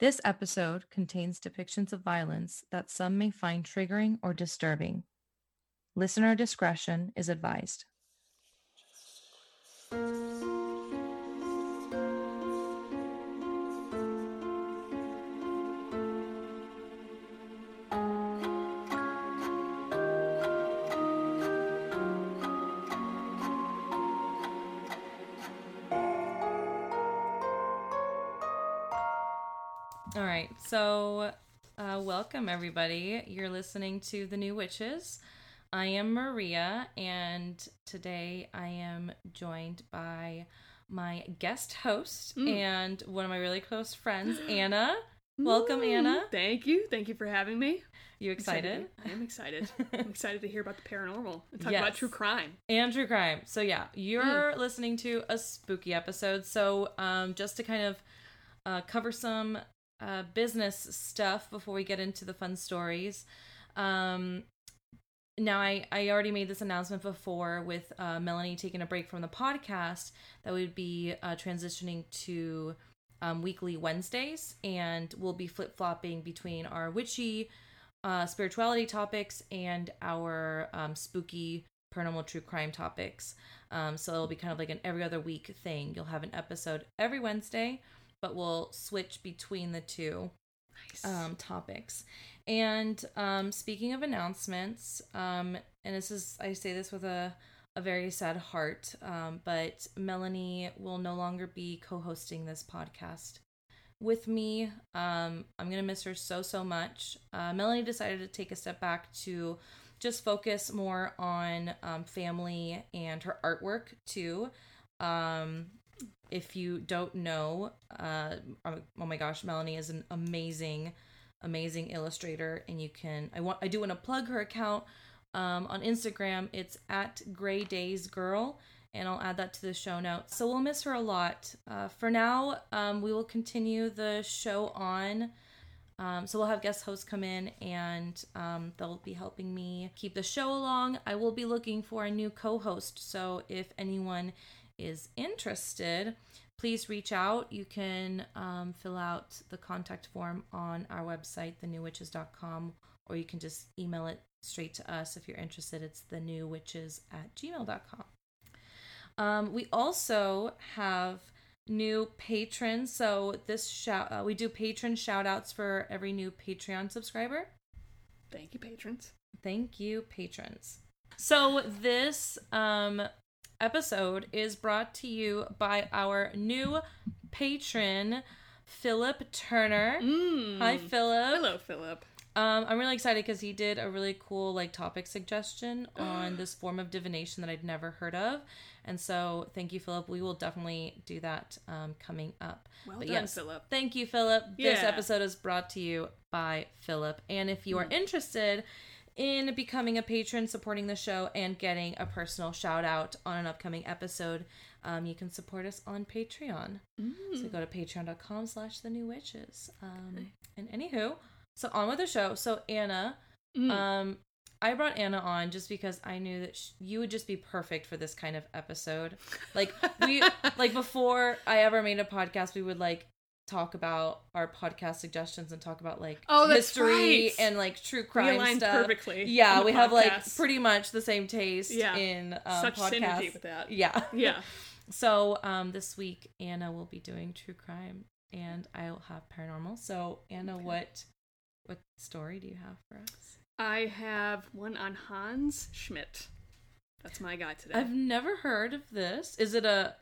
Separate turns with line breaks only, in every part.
This episode contains depictions of violence that some may find triggering or disturbing. Listener discretion is advised. All right. So, uh, welcome everybody. You're listening to The New Witches. I am Maria, and today I am joined by my guest host
Mm.
and one of my really close friends, Anna. Welcome, Anna.
Mm, Thank you. Thank you for having me.
You excited?
I am excited. I'm excited to hear about the paranormal and talk
Yes.
about true crime.
Andrew Grime. So yeah, you're listening to a spooky episode. So um, just to kind of uh, cover some uh, business stuff before we get into the fun stories. Um, now I, I already made this announcement before with uh, Melanie taking a break from the podcast that we would be uh, transitioning to um, weekly Wednesdays and we'll be flip flopping between our witchy uh, spirituality topics and our um, spooky paranormal true crime topics. Um, so it'll be kind of like an every other week thing. You'll have an episode every Wednesday, but we'll switch between the two
Nice.
um, topics. And um, speaking of announcements, um, and this is, I say this with a, a very sad heart, um, but Melanie will no longer be co hosting this podcast with me. Um, I'm going to miss her so, so much. Uh, Melanie decided to take a step back to just focus more on um, family and her artwork too. Um, if you don't know, uh, oh oh my gosh, Melanie is an amazing, amazing illustrator, and you can. I want. I do want to plug her account um, on Instagram. It's at Gray Days Girl, and I'll add that to the show notes. So we'll miss her a lot. Uh, for now, um, we will continue the show on. Um, so we'll have guest hosts come in and um, they'll be helping me keep the show along. I will be looking for a new co-host, so if anyone is interested, please reach out. You can um, fill out the contact form on our website, thenewwitches.com, or you can just email it straight to us if you're interested. It's thenewwitches at gmail.com. Um, we also have new patrons. So this shout uh, we do patron shout outs for every new Patreon subscriber.
Thank you, patrons.
Thank you, patrons. So this um episode is brought to you by our new patron, Philip Turner.
Mm.
Hi, Philip.
Hello, Philip.
Um, I'm really excited because he did a really cool like topic suggestion on this form of divination that I'd never heard of, and so thank you, Philip. We will definitely do that um, coming up.
Well
But
done,
yes.
Philip.
Thank you, Philip. This
Yeah.
episode is brought to you by Philip, and if you are interested in becoming a patron, supporting the show, and getting a personal shout out on an upcoming episode, um, you can support us on Patreon. So go to patreon.com slash the new witches. Um, and anywho, so on with the show. So Anna,
Mm.
um, I brought Anna on just because I knew that sh- you would just be perfect for this kind of episode. Like we, like before I ever made a podcast, we would like talk about our podcast suggestions and talk about like
Oh, that's
history
right.
and like true
we
crime
aligned
stuff.
perfectly. on
Yeah,
the
we have like
podcast.
pretty much the same taste
Yeah.
in um,
such
podcasts.
synergy with that.
Yeah,
Yeah.
so um, this week Anna will be doing true crime, and I'll have paranormal. So Anna, what what story do you have for us?
I have one on Hans Schmidt. That's my guy today.
I've never heard of this. Is it a?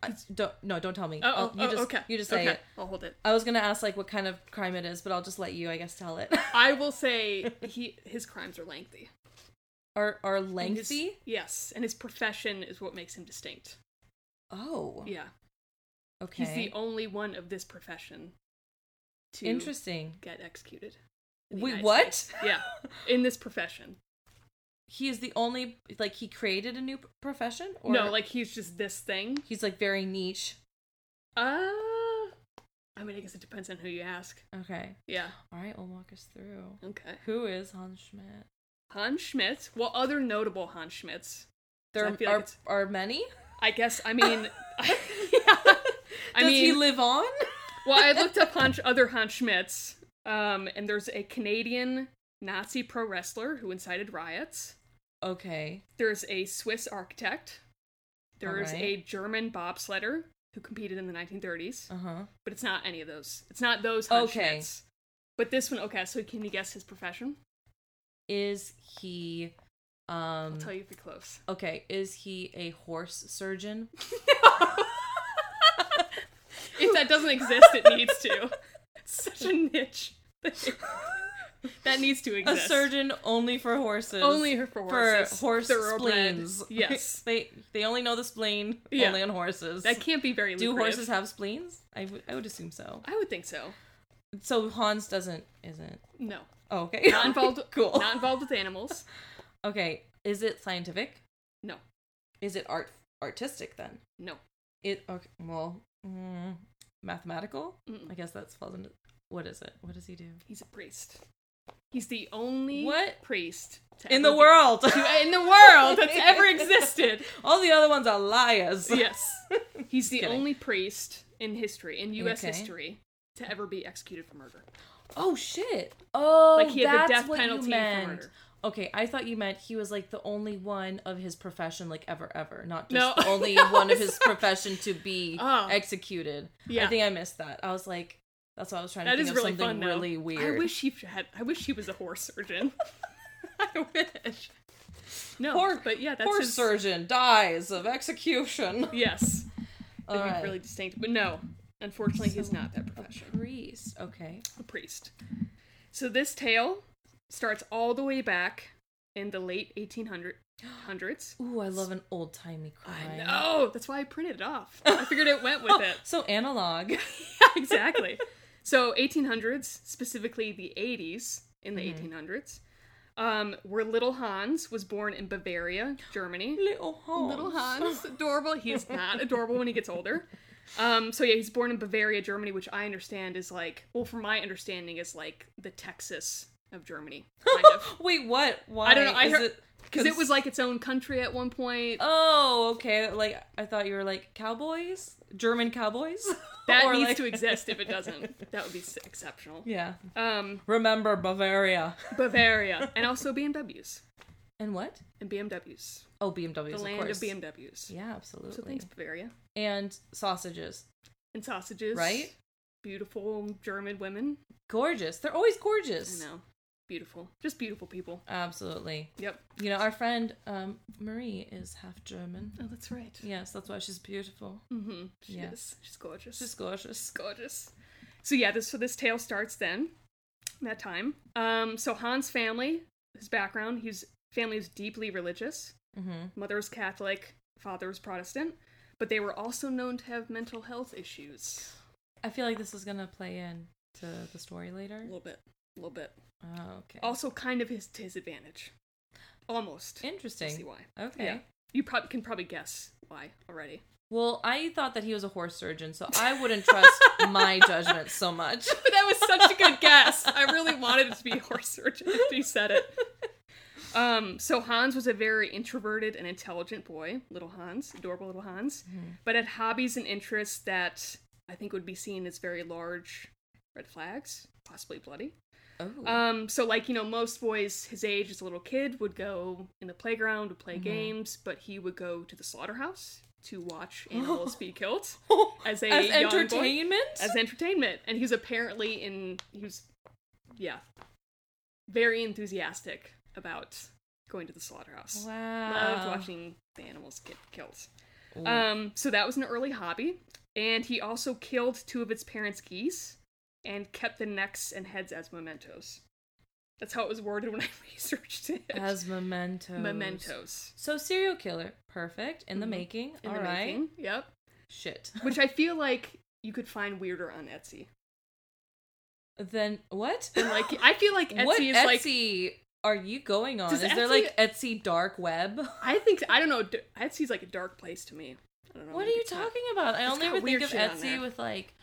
I, don't, no, don't tell me.
Oh,
I'll-
oh,
you
oh,
just
okay.
you just say
okay.
it.
I'll hold it.
I was gonna ask like what kind of crime it is, but I'll just let you, I guess, tell it.
I will say he his crimes are lengthy.
are are
And his-
lengthy?
yes, and his profession is what makes him distinct.
Oh,
Yeah,
okay.
he's the only one of this profession to
Interesting.
get executed. in the
Wait,
United
what?
States. Yeah, in this profession.
He is the only like he created a new profession, or
no, like he's just this thing.
he's like very niche.
Uh, I mean, I guess it depends on who you ask.
Okay,
Yeah.
all right, we'll walk us through.
Okay.
Who is Hans Schmidt?
Hans Schmidt. Well, other notable Hans Schmidts.
There
I feel like
are
it's-
are many.
I guess. I mean.
Does
I mean,
he live on?
well, I looked up Hans, other Hans Schmitz, um, and there's a Canadian Nazi pro wrestler who incited riots.
Okay.
There's a Swiss architect. There's
Alright.
a German bobsledder who competed in the 1930s,
Uh huh.
but it's not any of those. It's not those Hans
Okay.
Schmitz. But this one, okay. So can you guess his profession?
Is he
I'll
um
tell you if you're close.
okay, is he a horse surgeon?
If that doesn't exist, it needs to. It's such a niche. that needs to
a
exist.
surgeon only for horses.
Only for horses.
For horse
Thoroughbred.
spleens.
Yes.
they they only know the spleen
Yeah.
only on horses.
that can't be very
Do
lucrative.
horses have spleens? I would- I would assume so.
I would think so.
So Hans doesn't isn't.
No.
Oh, okay.
Not involved
cool.
Not involved with animals.
okay. Is it scientific?
No.
Is it art artistic then?
No.
It okay. Well, mm, mathematical.
Mm-mm.
I guess that's falls into. What is it? What does he do?
He's a priest. He's the only
What?
priest to
In
ever
the
be-
world,
to- in the world that's ever existed.
all the other ones are liars.
Yes. He's the
kidding.
only priest in history, in US
Okay.
history, to ever be executed for murder.
Oh shit! Oh,
Like he had the
that's
death
what
penalty
you
for
meant.
murder.
Okay, I thought you meant he was like the only one of his profession, like ever, ever, not
No.
just the only
No,
one of his
sorry.
profession to be
Oh.
executed. I
Yeah.
think I missed that. I was like, that's what I was trying to
That
think
is
of
really
something
fun, though.
really weird.
I wish he had. I wish he was a horse surgeon. I wish. No,
Poor-
but yeah, that's
Poor
his,
surgeon dies of execution.
Yes,
All
It'd be
right.
really distinct. But no, unfortunately, he's not that profession.
Priest. Okay.
A priest. So this tale starts all the way back in the late 1800s.
Ooh, I love an old timey
I
crime.
know. That's why I printed it off. I figured it went with it.
So analog.
exactly. So 1800s, specifically the 80s in the 1800s, um, where little Hans was born in Bavaria, Germany.
Little Hans.
Little Hans, adorable. He's not adorable when he gets older. Um, so yeah, he's born in Bavaria, Germany, which I understand is like, well, from my understanding, is like the Texas of Germany, kind of,
Wait, what? Why?
I don't know, I
Is
heard-
it-
because it was like its own country at one point.
Oh, okay. Like I thought you were like cowboys, German cowboys.
that
Or,
needs
like-
to exist. If it doesn't, that would be s- exceptional.
Yeah.
Um,
Remember Bavaria
Bavaria, and also BMWs
and what?
and BMWs.
Oh, BMWs.
the
of
land of,
course.
BMWs.
Yeah, absolutely.
So thanks, Bavaria.
And sausages.
And sausages.
Right?
Beautiful German women.
Gorgeous. They're always
I
gorgeous.
know. Beautiful. Just beautiful people.
Absolutely.
Yep.
You know, our friend um, Marie is half German.
Oh, that's right.
Yes, that's why she's beautiful.
Mm-hmm. She
Yeah.
is. She's gorgeous.
She's gorgeous.
gorgeous. So yeah, this so this tale starts then, that time. Um, so Hans' family, his background, his family was deeply religious.
Mhm.
Mother was Catholic, father was Protestant, but they were also known to have mental health issues.
I feel like this is gonna play in to the story
A
later.
little bit, a little bit.
Oh, okay.
Also, kind of his to his advantage, almost.
Interesting.
see why.
Okay.
Yeah. You probably can probably guess why already.
Well, I thought that he was a horse surgeon, so I wouldn't trust my judgment so much.
But that was such a good guess. I really wanted it to be a horse surgeon after you said it. Um, so Hans was a very introverted and intelligent boy, little Hans, adorable little Hans,
Mm-hmm.
but had hobbies and interests that I think would be seen as very large red flags, possibly bloody.
Oh.
Um, so like you know, most boys his age as a little kid would go in the playground to play
Mm-hmm.
games, but he would go to the slaughterhouse to watch animals be killed as a
as
young boy-
entertainment?
as entertainment. And he's apparently in he was yeah. Very enthusiastic about going to the slaughterhouse.
wow.
Loved watching the animals get killed.
Ooh.
Um so that was an early hobby. And he also killed two of its parents' geese and kept the necks and heads as mementos. That's how it was worded when I researched it.
as mementos.
mementos.
So serial killer, perfect in the
Mhm.
making.
In
All
the
right.
making. Yep.
Shit.
Which I feel like you could find weirder on Etsy.
Then what?
And like I feel like Etsy
what
is like
Etsy are you going on? Is
Does
there
Etsy-
like Etsy dark web?
I think I don't know. d- Etsy's like a dark place to me. I don't know.
What are
maybe
you
it's not-
talking about? I
it's
only
got
ever think
weird
of
shit on there.
Etsy with like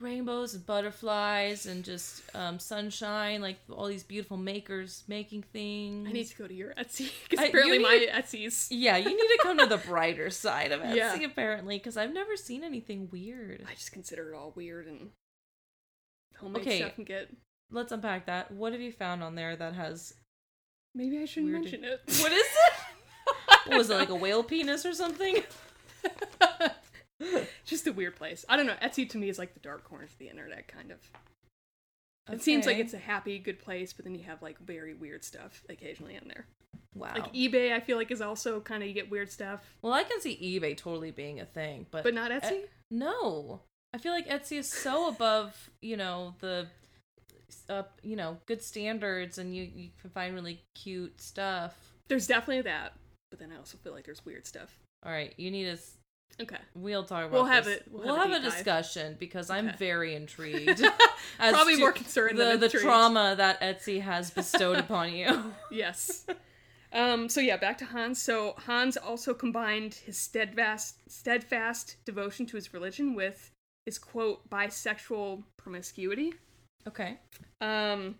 rainbows and butterflies and just um, sunshine, like all these beautiful makers making things.
I need to go to your Etsy because
I- you
apparently
need-
my Etsy's.
yeah, you need to come to the brighter side of Etsy
Yeah.
apparently, because I've never seen anything weird.
I just consider it all weird and homemade
Okay.
stuff and get.
Let's unpack that. What have you found on there that has
Maybe I shouldn't
Weird.
mention it.
what is it? was it like a whale penis or something?
Just a weird place. I don't know. Etsy to me is like the dark corner of the internet, kind of. It seems like
Okay.
it's a happy, good place, but then you have like very weird stuff occasionally on there.
wow.
Like e eBay, I feel like is also kind of you get weird stuff,
well, I can see eBay totally being a thing, but
but not
E-
Etsy.
no, I feel like Etsy is so above you know the uh, you know good standards, and you you can find really cute stuff.
There's definitely that, but then I also feel like there's weird stuff.
All right, you need us.
Okay.
We'll talk about.
We'll have
this.
it- we'll
We'll,
have a
have,
deep
a
dive.
discussion because I'm
Okay.
very intrigued. as
Probably
to
more concerned
the
than
the
intrigued.
trauma that Etsy has bestowed upon you.
Yes. Um, so yeah, back to Hans. So Hans also combined his steadfast, steadfast devotion to his religion with his quote bisexual promiscuity,
Okay.
um,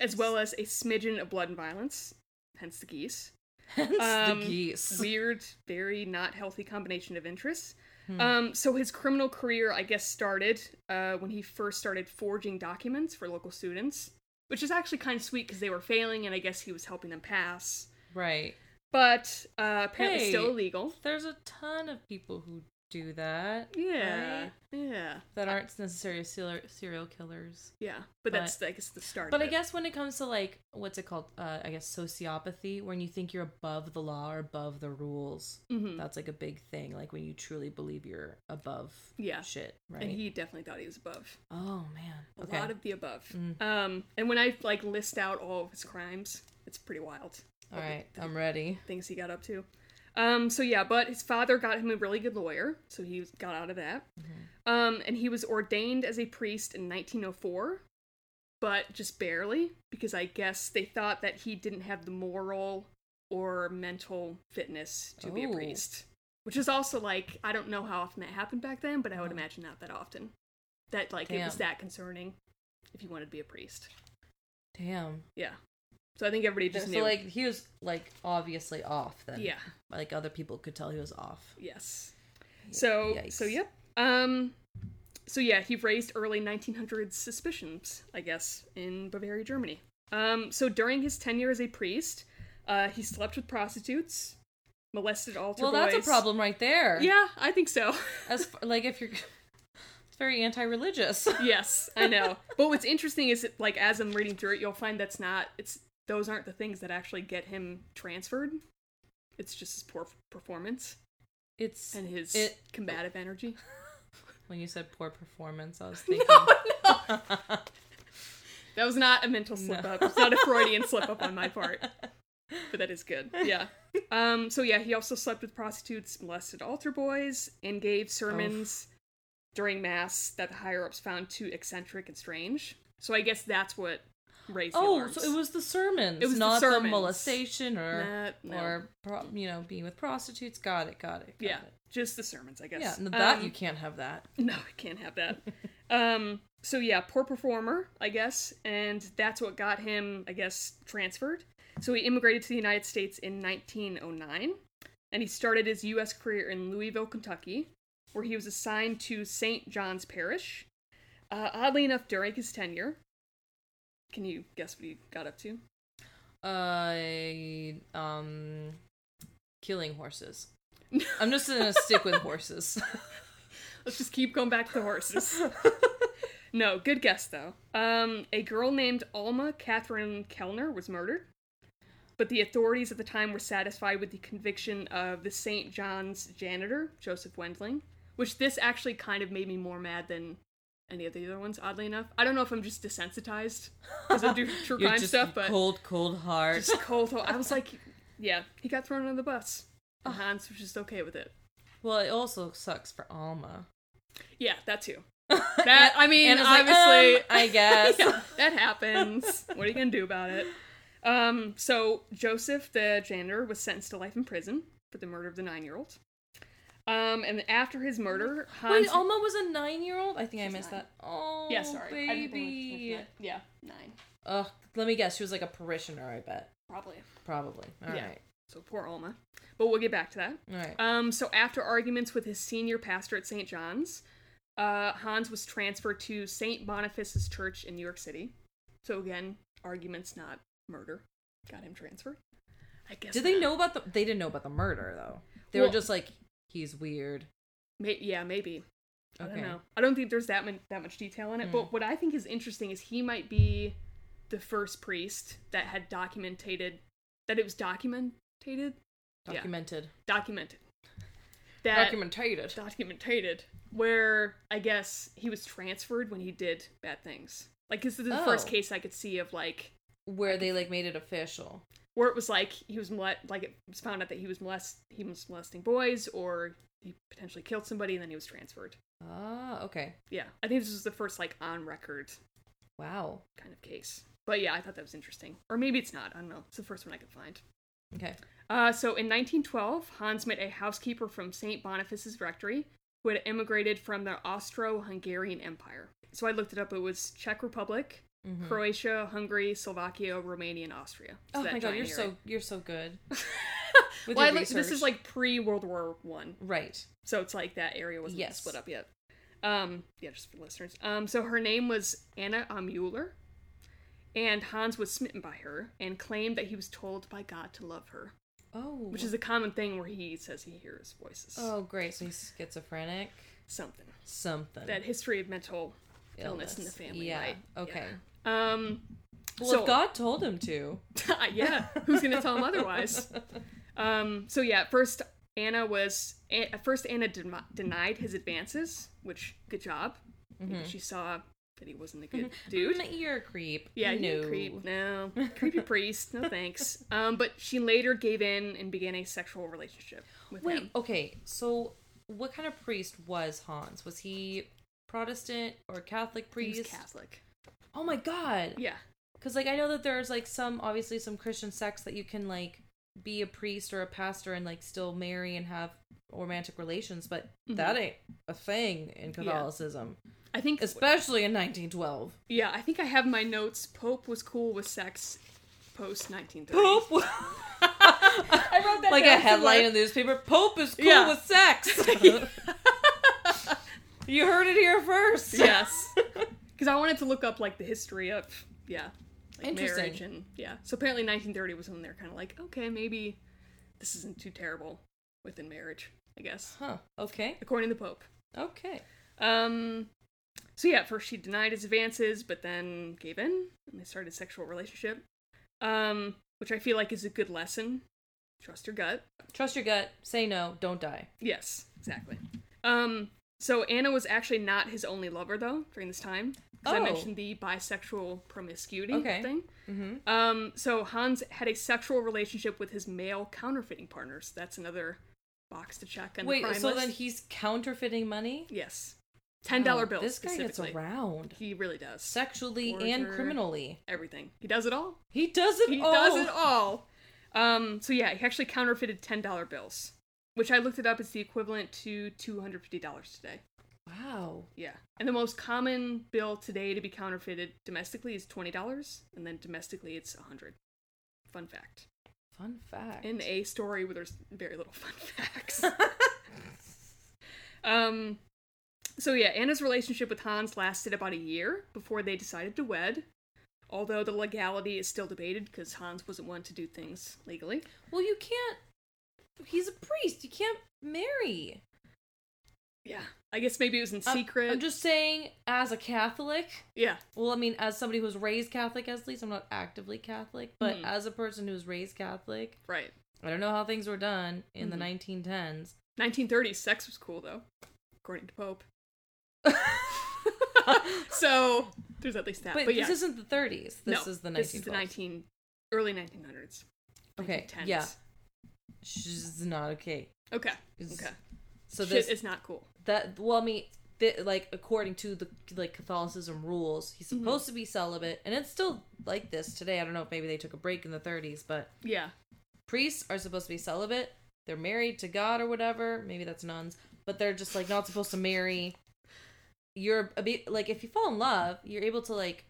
as well as a smidgen of blood and violence, hence the geese.
Hence
Um,
the geese.
Weird, very not healthy combination of interests.
Hmm.
Um, so his criminal career, I guess, started uh, when he first started forging documents for local students, which is actually kind of sweet because they were failing, and I guess he was helping them pass.
right.
but uh, apparently
Hey.
still illegal.
There's a ton of people who do that.
Yeah,
right?
yeah,
That aren't necessarily serial, serial killers.
yeah. But,
But-
that's I guess the start.
But I
of it.
guess when it comes to like what's it called? Uh, I guess sociopathy, when you think you're above the law or above the rules,
Mhm.
that's like a big thing. Like when you truly believe you're above
Yeah.
shit, right?
and he definitely thought he was above
oh man,
a
okay, Mm.
lot of the above. Um, and when I like list out all of his crimes, it's pretty wild
all right, I'm ready.
things he got up to. Um, so yeah, but his father got him a really good lawyer, so he was- got out of that.
Mm-hmm.
Um, and he was ordained as a priest in 1904, but just barely because I guess they thought that he didn't have the moral or mental fitness to be a
Oh.
priest. Which is also like I don't know how often that happened back then, but I would imagine not that often. That like it was
Mm-hmm. Damn.
that concerning if you wanted to be a priest.
Damn.
Yeah. So I think everybody just
so
knew.
like he was like obviously off then.
yeah.
Like other people could tell he was off.
Yes. So so
Yikes.
yep. Um so yeah, he raised early 1900s suspicions, I guess, in Bavaria, Germany. Um so during his tenure as a priest, uh he slept with prostitutes, molested altar
Well,
boys.
that's a problem right there.
Yeah, I think so.
As f- like if you're, it's very anti-religious.
yes, I know. but what's interesting is that, like as I'm reading through it, you'll find that's not it's those aren't the things that actually get him transferred. It's just his poor performance
It's
and his
It-
combative energy.
when you said poor performance, I was thinking.
That was not a mental slip up. It's not a Freudian slip up on my part. But that is good. Yeah. Um, so yeah, he also slept with prostitutes, molested altar boys, and gave sermons during mass that the higher ups found too eccentric and strange. So I guess that's what raised the
oh,
alarms.
so it was the sermons,
It was the
not the,
sermons.
molestation or
Not- no.
or pro- you know being with prostitutes. Got it. Got it. got
yeah,
it.
just the sermons, I guess.
Yeah, no, that
Um,
you can't have that.
No, I can't have that. um, so yeah, poor performer, I guess, and that's what got him, I guess, transferred. So he immigrated to the United States in 1909, and he started his U.S. career in Louisville, Kentucky, where he was assigned to St. John's Parish. Uh, oddly enough, during his tenure, can you guess what he got up to?
Uh, um, killing horses. I'm just gonna stick with horses.
Let's just keep going back to the horses. no, good guess though. Um, a girl named Alma Catherine Kellner was murdered, but the authorities at the time were satisfied with the conviction of the St. John's janitor Joseph Wendling, which this actually kind of made me more mad than any of the other ones. Oddly enough, I don't know if I'm just desensitized because I do true
You're
crime
just
stuff, but
cold, cold heart.
just cold. I was like, yeah, he got thrown under the bus.
Ah.
And Hans was just okay with it.
Well, it also sucks for Alma.
Yeah, that too. That I mean,
And it's like,
obviously,
um, I guess.
Yeah, that happens. What are you gonna do about it? Um, so Joseph, the janitor, was sentenced to life in prison for the murder of the nine-year-old. Um, and after his murder, Hans.
Wait, Alma was a nine-year-old. I think I
Um, She's
missed
nine.
that. Oh,
yeah, sorry, I didn't think we
baby.
were- yeah, nine,
Ugh, let me guess. She was like a parishioner. I bet.
probably.
Probably. All right.
Yeah. Uh, So poor Alma, but we'll get back to that.
All right.
Um, so after arguments with his senior pastor at St. John's, Uh, Hans was transferred to St. Boniface's Church in New York City. So again, arguments, not murder. Got him transferred. I guess.
Did they
not.
know about the? They didn't know about the murder though. They
Well-
were just like, he's weird.
May- yeah, maybe. I
Okay. Hmm.
don't know. I don't think there's that much that much detail in it. But what I think is interesting is he might be the first priest that had documented that it was documented, Yeah.
Documented.
documented, that
Documented.
documented where I guess he was transferred when he did bad things. Like this is the first
Oh.
case I could see of like
Where they like made it official.
where it was like he was molest- like it was found out that he was molest he was molesting boys or he potentially killed somebody and then he was transferred.
Ah, okay.
Yeah, I think this was the first like on record
Wow.
kind of case. But yeah, I thought that was interesting. Or maybe it's not. I don't know. It's the first one I could find.
Okay.
Uh, so in 1912, Hans met a housekeeper from St. Boniface's rectory who had immigrated from the Austro Hungarian Empire. So I looked it up. It was Czech Republic,
Mhm.
Croatia, Hungary, Slovakia, Romania, and Austria. So
Oh
that
my god, you're
giant area.
so you're so good. with
well, I
your
looked, this
research.
is like pre World War One,
right.
so it's like that area wasn't
Yes.
split up yet. Um, yeah, just for listeners. Um, so her name was Anna Amuller, and Hans was smitten by her and claimed that he was told by God to love her,
Oh,
which is a common thing where he says he hears voices,
oh great. So he's schizophrenic.
something.
Something.
That history of mental illness, in the family,
Yeah.
right?
Okay.
Yeah. Um,
Well,
So-
if God told him to.
yeah, who's gonna tell him otherwise? Um, so yeah, at first Anna was a- at first Anna dem denied his advances, which good job. Maybe She saw that he wasn't a good dude.
Mm, You're a creep.
Yeah,
no.
you creep. Mm-hmm. No, creepy priest. No thanks. Um, but she later gave in and began a sexual relationship with
Wait,
him.
okay. So, what kind of priest was Hans? Was he Protestant or Catholic
He
priest?
was Catholic.
Oh my god.
Yeah,
Because like I know that there's like some obviously some Christian sects that you can like be a priest or a pastor and like still marry and have romantic relations, but
Mm-hmm.
that ain't a thing in Catholicism,
I think.
especially in 1912.
Yeah, I think I have my notes. Pope was cool with sex post 1930.
Pope. I
wrote that
like
down
a headline
somewhere.
in the newspaper. Pope is cool
Yeah.
with sex. you heard it here first.
yes because i wanted to look up like the history of yeah like
Interesting.
marriage and yeah so apparently 1930 was when they're kind of like okay maybe this isn't too terrible within marriage i guess
Huh. Okay.
according to the pope
Okay.
um so yeah at first she denied his advances but then gave in and they started a sexual relationship um which i feel like is a good lesson trust your gut
Trust your gut. Say no. Don't die.
yes exactly um so anna was actually not his only lover though during this time 'cause i
Oh.
mentioned the bisexual promiscuity
Okay.
thing
Mm-hmm.
Um, so Hans had a sexual relationship with his male counterfeiting partners. That's another box to check on the
Wait.
crime
So
list.
then he's counterfeiting money.
yes, ten dollar
Wow,
bills.
Oh, This guy gets
specifically.
around
He really does
sexually and
Forger.
criminally.
everything. He does it all.
He does it
He
all.
does it all. Um, so yeah, he actually counterfeited ten dollar bills, which I looked it up. It's the equivalent to two hundred fifty dollars today.
Wow.
Yeah, and the most common bill today to be counterfeited domestically is twenty dollars, and then domestically it's a hundred. Fun fact.
Fun fact.
in a story where there's very little fun facts. um, so yeah, Anna's relationship with Hans lasted about a year before they decided to wed. Although the legality is still debated because Hans wasn't one to do things legally.
well, you can't. He's a priest. You can't marry.
Yeah, I guess maybe it was in
Uh, I'm-
secret.
I'm just saying, as a Catholic,
yeah,
well, I mean, as somebody who was raised Catholic, at least I'm not actively Catholic, but
Mhm.
as a person who was raised Catholic,
right.
I don't know how things were done in
Mhm.
the 1910s.
1930s sex was cool though, according to Pope. so there's at least that.
But,
But, yeah,
this isn't the 30s. This
no,
is the 1920s.
This is the 19 early 1900s.
Okay,
1910s.
yeah. She's not okay.
Okay.
It's-
Okay.
So
Shit
this
is not cool.
that well, I mean, th- like according to the like Catholicism rules, he's
Mm-hmm.
supposed to be celibate, and it's still like this today. I don't know if maybe they took a break in the 30s, but
Yeah.
priests are supposed to be celibate. They're married to God or whatever. Maybe that's nuns, but they're just like not supposed to marry. You're a bit like if you fall in love, you're able to like,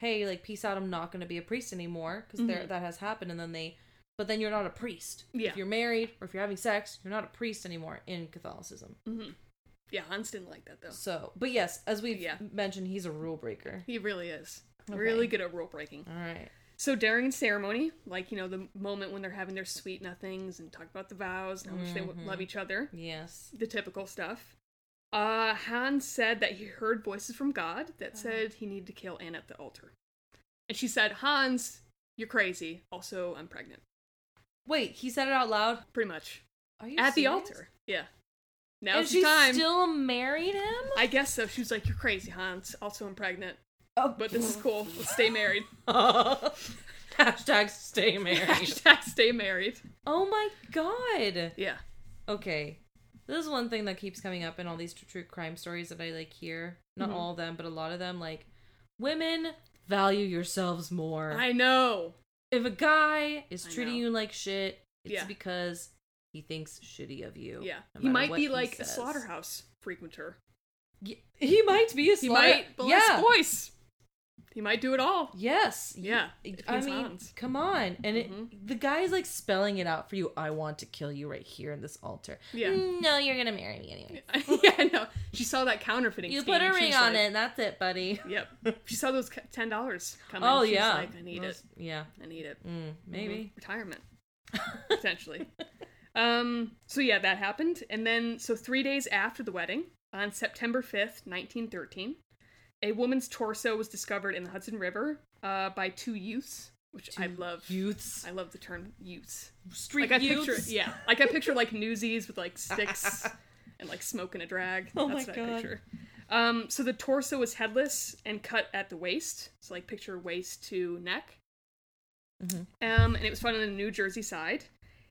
hey, like peace out. I'm not going to be a priest anymore because there that has happened, and then they, but then you're not a priest.
Mm-hmm. Yeah.
If you're married or if you're having sex, you're not a priest anymore in Catholicism.
Mhm. Yeah, Hans didn't like that though.
So, but yes, as we've
Oh. Yeah.
mentioned, he's a rule breaker.
He really is.
Okay.
Really good at rule breaking.
All right.
So during ceremony, like you know, the moment when they're having their sweet nothings and talk about the vows and how much they w-
Mhm.
love each other,
Yes.
the typical stuff. Uh, Hans said that he heard voices from God
Oh.
that said he needed to kill Anne at the altar, and she said, "Hans, you're crazy. Also, I'm pregnant."
Wait, he said it out loud.
Pretty much
Are you
at the
serious?
altar. Yeah.
And
Now's the
she
time.
still married him.
I guess so. She was like, "You're crazy, Hans. Also, I'm pregnant,
Oh,
but this is cool. Let's stay married."
Hashtag stay married.
Hashtag stay married.
oh my god.
Yeah.
Okay. This is one thing that keeps coming up in all these tr- true crime stories that I like hear. Not
Mhm.
all of them, but a lot of them. Like, women value yourselves more.
I know.
if a guy is
I
treating
know.
you like shit, it's
Yeah.
because he thinks shitty of you.
Yeah.
no
he
matter
might
what
be like a
says.
slaughterhouse frequenter.
Y- He might be a
He
slaughter.
might Boris
yeah.
voice. He might do it all.
Yes. y-
Yeah.
I
depends
mean,
on.
come on. And
Mhm.
it, the guy is like spelling it out for you. I want to kill you right here in this altar.
Yeah.
"Mm, No, you're going to marry me anyway.
yeah, I know. She saw that counterfeiting.
Mm. You
scheme
put a
and she
ring
was
on
like-
it. That's it, buddy.
Yep. She saw those ca- ten dollars coming.
Oh,
She was
yeah.
like, I need it.
Most- Yeah.
I need it.
Mm, maybe.
Mhm. retirement potentially. um. So yeah, that happened, and then so three days after the wedding, on September fifth, nineteen thirteen, a woman's torso was discovered in the Hudson River uh, by two youths, which I
Two
love.
Youths.
I love the term youths.
Street
like I
youths.
picture, yeah, like I picture like newsies with like sticks and like smoking a drag.
Oh
That's
my
what I
God.
picture. Um, so the torso was headless and cut at the waist. So like picture waist to neck.
Mhm.
Um, and it was found on the New Jersey side.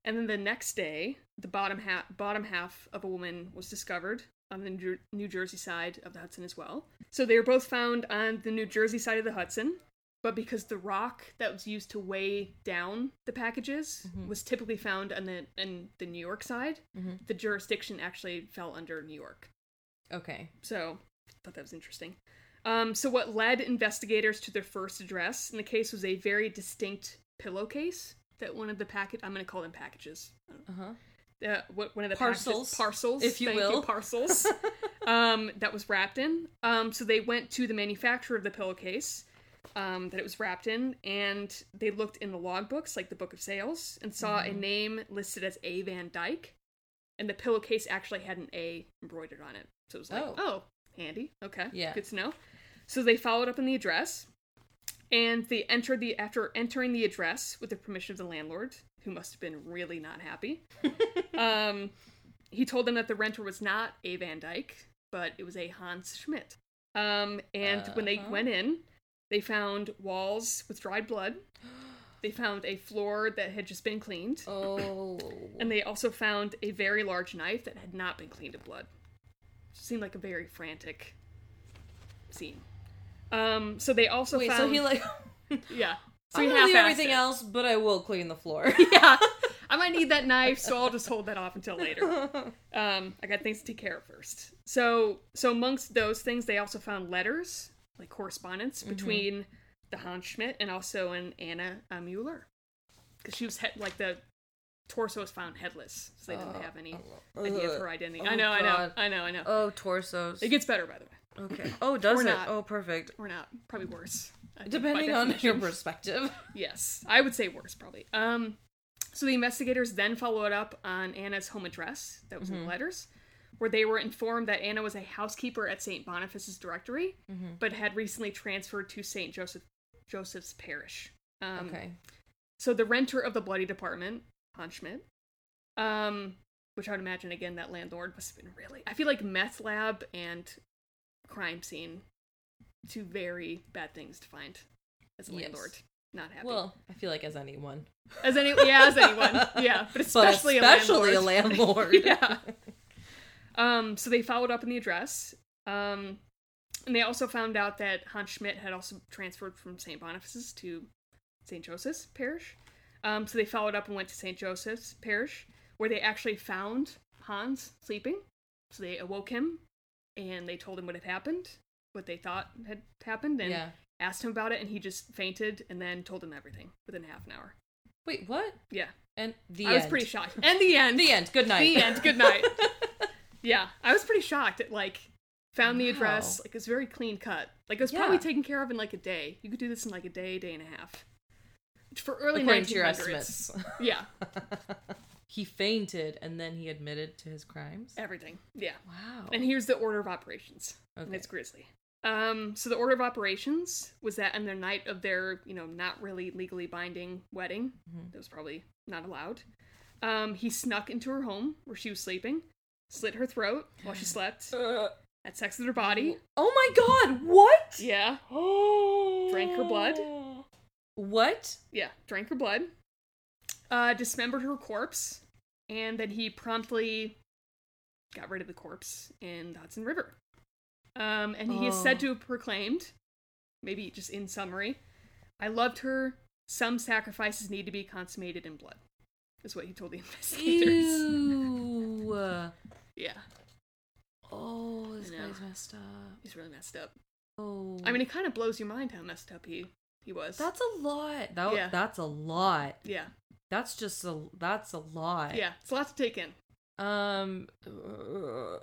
And then the next day, the bottom half bottom half of a woman was discovered on the Jer- New Jersey side of the Hudson as well. So they were both found on the New Jersey side of the Hudson, but because the rock that was used to weigh down the packages
Mhm.
was typically found on the in the New York side,
Mhm.
the jurisdiction actually fell under New York.
Okay.
So I thought that was interesting. Um, so what led investigators to their first address in the case was a very distinct pillowcase that one of the packet I'm going to call them packages.
Uh huh.
Uh, what one of the
Parcels,
packages, parcels,
if you
thank
will.
parcels. um, that was wrapped in. Um, so they went to the manufacturer of the pillowcase um, that it was wrapped in, and they looked in the logbooks, like the book of sales, and saw
Mm-hmm.
a name listed as A Van Dyke, and the pillowcase actually had an A embroidered on it. So it was like,
Oh.
oh, handy, okay,
Yeah.
good to know. So they followed up on the address, and they entered the after entering the address with the permission of the landlord, who must have been really not happy. um, he told them that the renter was not a Van Dyke, but it was a Hans Schmidt. Um, and when they
Uh-huh.
went in, they found walls with dried blood. They found a floor that had just been cleaned.
Oh.
And they also found a very large knife that had not been cleaned of blood. Seemed like a very frantic scene. Um, so they also
Wait,
found
so he like.
yeah. So
I'm
he
gonna do
half-assed
everything
it.
else, but I will clean the floor.
Yeah, I might need that knife, so I'll just hold that off until later. Um, I got things to take care of first. So, so amongst those things, they also found letters, like correspondence
Mm-hmm.
between the Hans Schmidt and also an Anna uh, Mueller, because she was head like the torso was found headless, so they didn't have any idea of her identity. I
Uh, Oh,
know,
God.
I know, I know, I know.
Oh, torsos.
It gets better, by the way,
Okay. Oh, does
Or
it?
not.
Oh, perfect.
or not? Probably worse. I think, by
Depending on your
definition.
perspective.
Yes, I would say worse probably. Um, so the investigators then followed up on Anna's home address that was in
Mm-hmm.
the letters, where they were informed that Anna was a housekeeper at St. Boniface's Directory,
Mm-hmm.
but had recently transferred to St. Joseph Joseph's Parish. Um,
okay.
So the renter of the bloody department, Hans Schmidt, um, which I would imagine again that landlord must have been really. I feel like meth lab and crime scene, two very bad things to find as a
Yes.
landlord. Not happy.
Well, I feel like as anyone.
As any yeah, as anyone. Yeah. But especially,
especially
a landlord.
landlord.
yeah. Um, so they followed up on the address. Um and they also found out that Hans Schmidt had also transferred from St. Boniface's to St. Joseph's Parish. Um, so they followed up and went to St. Joseph's Parish, where they actually found Hans sleeping. So they awoke him and they told him what had happened, what they thought had happened, and
yeah.
asked him about it. And he just fainted and then told them everything within half an hour.
Wait, what?
Yeah.
And the
I
end.
was pretty shocked. And the end.
The end. Good night.
The end. Good night. Yeah, I was pretty shocked. It like found the address.
Wow.
Like it's very clean cut. Like it was
Yeah.
probably taken care of in like a day. You could do this in like a day, day and a half. For early
According to your
1900s.
estimates.
Yeah,
he fainted and then he admitted to his crimes.
everything. Yeah.
Wow.
And here's the order of operations. And
Oh. Okay.
it's grisly. Um, so the order of operations was that on the night of their, you know, not really legally binding wedding,
Mhm.
that was probably not allowed. Um, he snuck into her home where she was sleeping, slit her throat while she slept,
Uh,
had sex with her body.
oh my god, what?
Yeah,
Oh.
Drank her blood?
What?
yeah, drank her blood, uh, dismembered her corpse, and then he promptly got rid of the corpse in the Hudson River. Um, and he is said
Oh.
to have proclaimed, maybe just in summary, I loved her. Some sacrifices need to be consummated in blood, is what he told the investigators.
Ew.
Yeah,
Oh, this
I know.
guy's messed up.
he's really messed up.
Oh.
I mean, it kind of blows your mind how messed up he he was.
that's a lot. That,
Yeah.
That's a lot.
yeah,
That's just a that's a lot.
yeah. It's a lot to take in.
Um uh,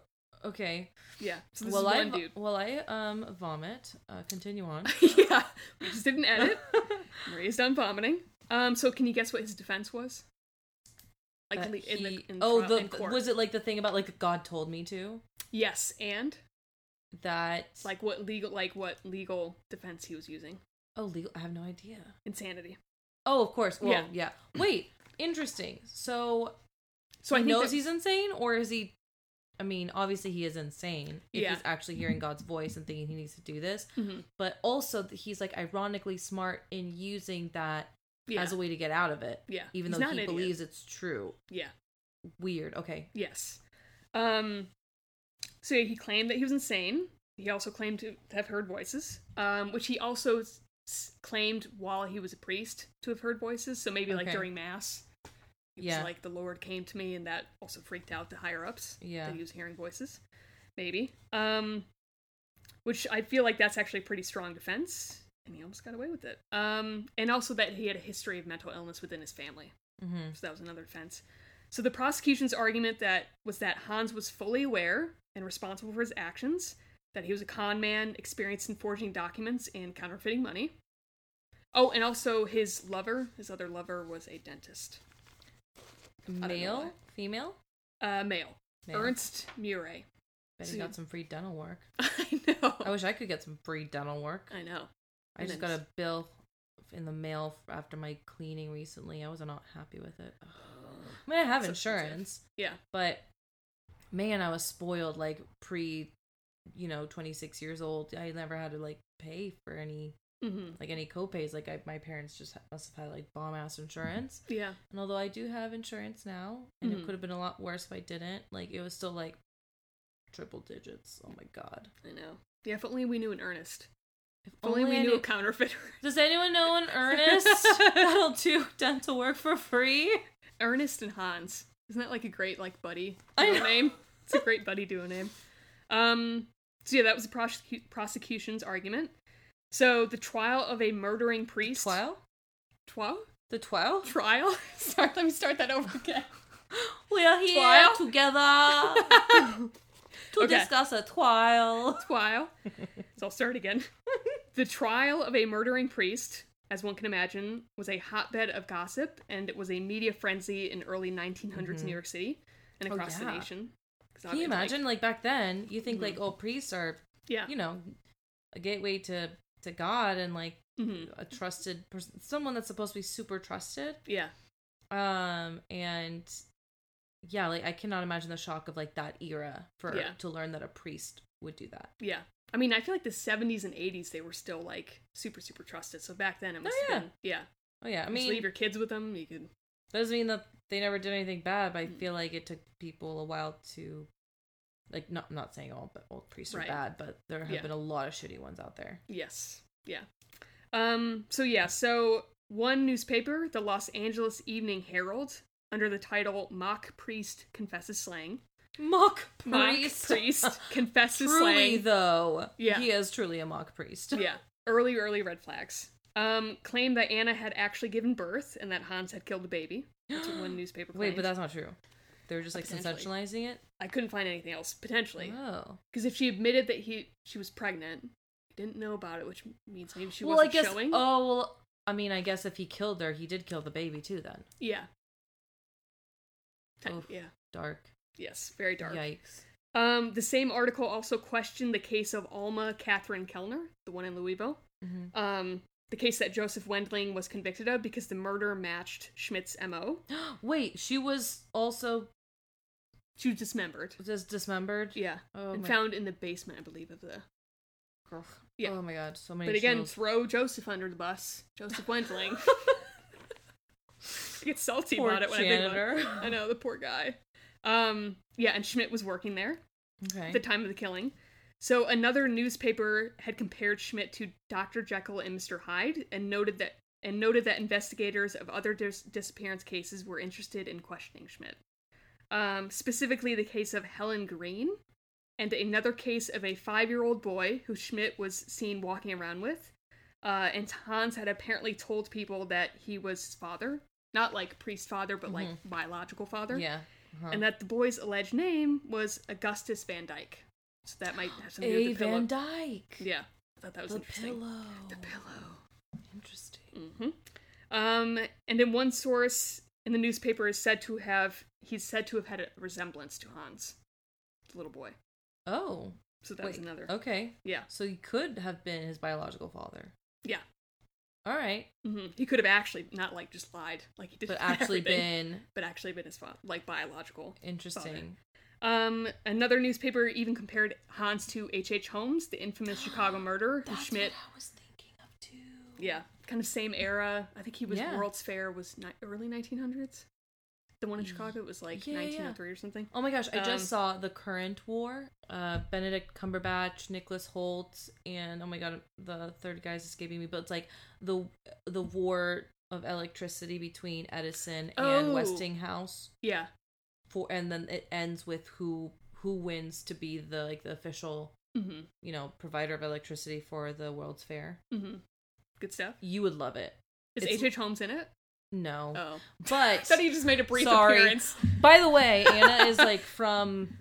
okay.
Yeah. So this
well
is
I
one
vo-
dude.
well I um vomit. Uh continue on.
yeah, we just didn't edit. Maria's done vomiting. Um, so can you guess what his defense was? Like
That
le- in the
he-
in
Oh,
trial-
the
in court.
was it like the thing about like God told me to?
yes, and
That
like what legal like what legal defense he was using?
oh legal I have no idea.
Insanity.
Oh, of course. Well,
Yeah.
yeah. Wait, interesting. So
So I
he
think
knows
that-
he's insane or is he I mean, obviously he is insane if
Yeah.
he's actually hearing God's voice and thinking he needs to do this,
Mhm.
but also th- he's like ironically smart in using that
yeah,
as a way to get out of it.
yeah.
even
He's
though
not
he
an idiot.
believes it's true.
Yeah.
Weird. Okay.
Yes. Um. So yeah, he claimed that he was insane. He also claimed to have heard voices, um, which he also s- s- claimed while he was a priest to have heard voices. So maybe like
Okay.
during mass, he was
Yeah.
like the Lord came to me, and that also freaked out the higher ups
Yeah.
that he was hearing voices. Maybe. Um, which I feel like that's actually a pretty strong defense, and he almost got away with it. Um, and also that he had a history of mental illness within his family.
Mm-hmm.
So that was another defense. So the prosecution's argument that was that Hans was fully aware and responsible for his actions, that he was a con man experienced in forging documents and counterfeiting money. Oh, and also his lover, his other lover was a dentist. know
Male,
why.
female.
Uh male.
Male.
Ernst Murray.
Bet he got some free dental work.
I know.
I wish I could get some free dental work.
I know.
I just got a bill in the mail f- after my cleaning recently. I was not happy with it. Ugh. I mean, I have
So expensive.
insurance,
Yeah.
but man, I was spoiled. Like pre, you know, twenty six years old. I never had to like pay for any
Mm-hmm.
like any copays. Like I, my parents just ha- must have had like bomb ass insurance.
Yeah.
And although I do have insurance now, and
Mhm.
it could have been a lot worse if I didn't, like it was still like triple digits. Oh my god!
I know. Yeah, if only we knew an Ernest.
If
If only, we
I
knew
knew-
a counterfeiter.
Does anyone know an Ernest that'll do dental work for free?
Ernest and Hans. Isn't that like a great like buddy
I
duo
know.
name? It's a great buddy duo name. Um. So yeah, that was the prosecu- prosecution's argument. So the trial of a murdering priest.
Twelve?
Trial.
The twelve?
Trial. Sorry, let me start that over again.
We are here
Twelve?
together to
Okay.
discuss a twelve.
Trial. So I'll start again. the trial of a murdering priest, as one can imagine, was a hotbed of gossip, and it was a media frenzy in early 1900s New York City and
Mm-hmm. Oh,
across the
yeah.
nation. 'Cause
Can you
obviously, like- Mm-hmm.
imagine? Like back then, you think like oh priests are
yeah.
you know a gateway to to God and like
hmm
a trusted person, someone that's supposed to be super trusted.
Yeah.
um and yeah like i cannot imagine the shock of like that era for
Yeah.
to learn that a priest would do that
Yeah. I mean, I feel like the 70s and 80s, they were still like super, super trusted. So back then it must
yeah.
have been, yeah.
oh yeah i
I mean, leave
mean
your kids with them. You could,
doesn't mean that they never did anything bad but i
Mm-hmm.
feel like it took people a while to like not not saying all but all priests
Right.
are bad but there have
Yeah.
been a lot of shitty ones out there
yes. Yeah. Um, so yeah, so one newspaper, the Los Angeles Evening Herald, under the title Mock Priest Confesses Slang.
mock
Mock
priest,
Priest Confesses
truly
Slang.
though
Yeah.
he is truly a mock priest
yeah. Early, early red flags. Um, claimed that Anna had actually given birth and that Hans had killed a baby. That's what one newspaper claimed.
wait but that's not true They were just like
Potentially.
sensationalizing it.
I couldn't find anything else potentially
Oh,
because if she admitted that he she was pregnant, I didn't know about it, which means maybe she
well, I
wasn't
guess.
showing.
Oh, well, I mean, I guess if he killed her, he did kill the baby too. Then
yeah, Te-
Oof.
yeah,
dark.
yes, very dark.
Oh. Yikes.
Um, the same article also questioned the case of Alma Catherine Kellner, the one in Louisville.
Mhm.
Um, the case that Joseph Wendling was convicted of because the murder matched Schmidt's MO.
Wait, she was also
She was dismembered.
just dismembered.
Yeah.
Oh
and
my
found in the basement, I believe, of the.
god.
Yeah.
Oh my god, so many.
But again,
chills.
throw Joseph under the bus. Joseph Wendling. I get salty
Poor
about it when I think
janitor.
about it. I know, the poor guy. Um, yeah, and Schmidt was working there
okay.
at the time of the killing. So another newspaper had compared Schmidt to Dr. Jekyll and Mr. Hyde and noted that and noted that investigators of other dis- disappearance cases were interested in questioning Schmidt. Um, specifically the case of Helen Green and another case of a 5-year-old boy who Schmidt was seen walking around with. Uh, and Hans had apparently told people that he was his father, not like priest father, but like biological father
Mm-hmm. yeah. Uh-huh.
and that the boy's alleged name was Augustus Van Dyke. So that might have something to do
A
with the pillow.
Van Dyke.
yeah, I thought that was
the
interesting.
pillow.
The pillow.
Interesting.
hmm Um, and then one source in the newspaper is said to have he's said to have had a resemblance to Hans, the little boy.
Oh,
So that was
wait,
another.
Okay,
Yeah,
so he could have been his biological father.
yeah.
All right,
hmm He could have actually not like just lied, like he did,
but
for
actually
everything,
been
but actually been his father, like biological.
interesting.
Um, another newspaper even compared Hans to H. H. Holmes, the infamous Chicago murderer, who
That's
Schmidt
what I was thinking of too.
Yeah, kind of same era. I think he was
Yeah.
World's Fair was ni- early 1900s. The one in Chicago was like
Mm. Yeah, yeah, yeah.
1903 or something.
Oh my gosh, I just
Um,
saw the current war. Uh, Benedict Cumberbatch, Nicholas Holt, and oh my god, the third guy's escaping me. But it's like the the war of electricity between Edison and
Oh.
Westinghouse.
Yeah,
For and then it ends with who who wins to be the like the official
hmm
you know provider of electricity for the World's Fair.
hmm good stuff.
You would love it.
Is
It's-
H.H. H. Holmes in it?
No,
Oh, I
but
thought he just made a brief
Sorry.
appearance.
by the way, Anna is like from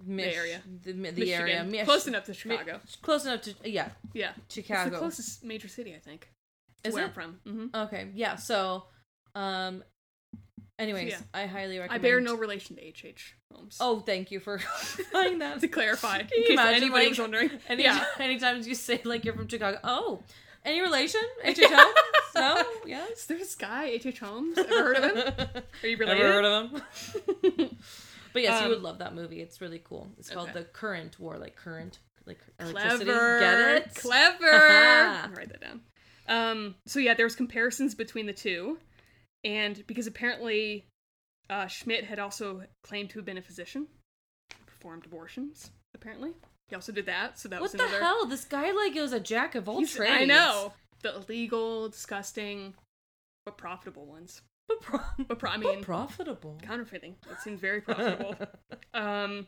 Mich-
area.
the, the
Michigan.
area, Mich-
close enough to
Mi-
Chicago.
close enough to yeah,
yeah, it's the
Chicago.
closest major city, I think. to
Is
where
it?
I'm from? hmm
Okay, yeah. So, um, anyways,
Yeah.
I highly
I
recommend.
bear no relation to H. H. Holmes.
Oh, thank you for finding that.
to clarify, in
Can you
case
imagine,
anybody
like,
was wondering.
Any,
yeah,
Anytime you say like you're from Chicago, oh, any relation? HHL? no? Yes.
is there this guy H. H. Holmes? Ever heard of him? Are you related?
Ever heard of him? But yes,
Um,
you would love that movie. It's really cool. It's called
okay.
The Current War, like current, like electricity.
Clever.
Get it?
Clever.
Aha.
write that down. Um, so yeah, there was comparisons between the two, and because apparently uh, Schmidt had also claimed to have been a physician, performed abortions. Apparently, he also did that. So that
What
was
the
another.
hell? This guy like is a jack of all
He's-
trades.
I know the illegal, disgusting, but profitable ones.
but, pro-
But pro- I
but
mean,
profitable.
counterfeiting. It seems very profitable. Um.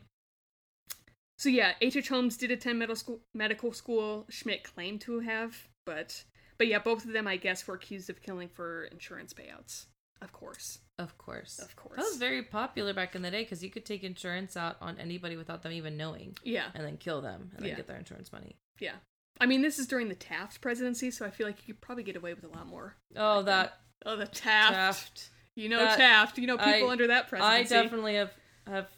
So yeah, H. H. Holmes did attend medical school. Medical school. Schmidt claimed to have, but but yeah, both of them, I guess, were accused of killing for insurance payouts. Of course.
Of course.
Of course.
That was very popular back in the day because you could take insurance out on anybody without them even knowing
Yeah,
and then kill them and then
Yeah.
get their insurance money.
yeah. I mean, this is during the Taft presidency, so I feel like you could probably get away with a lot more.
Oh, that
Oh, the Taft.
Taft.
You know
That-
Taft. You know people
I-
under that
I
presidency.
definitely have have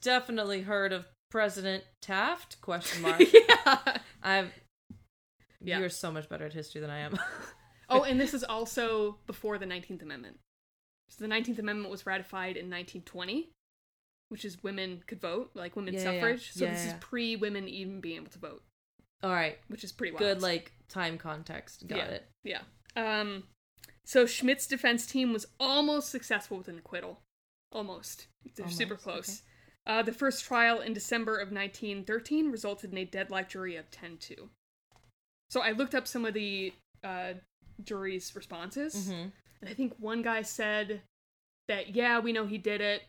definitely heard of President Taft question mark.
yeah.
I've
Yeah.
You're so much better at history than I am.
Oh, and this is also before the 19th Amendment. So the 19th Amendment was ratified in 1920, which is women could vote, like women's
Yeah, yeah, yeah.
suffrage. So
Yeah,
this
yeah.
is pre women even being able to vote,
All right.
which is pretty wild.
Good like time context. Got
yeah,
it.
Yeah. Um, so Schmidt's defense team was almost successful with an acquittal. Almost. They're super
Almost, okay.
close. Uh, the first trial in December of 1913 resulted in a deadlock jury of 10 2. So I looked up some of the uh, jury's responses.
hmm
And I think one guy said that, yeah, we know he did it,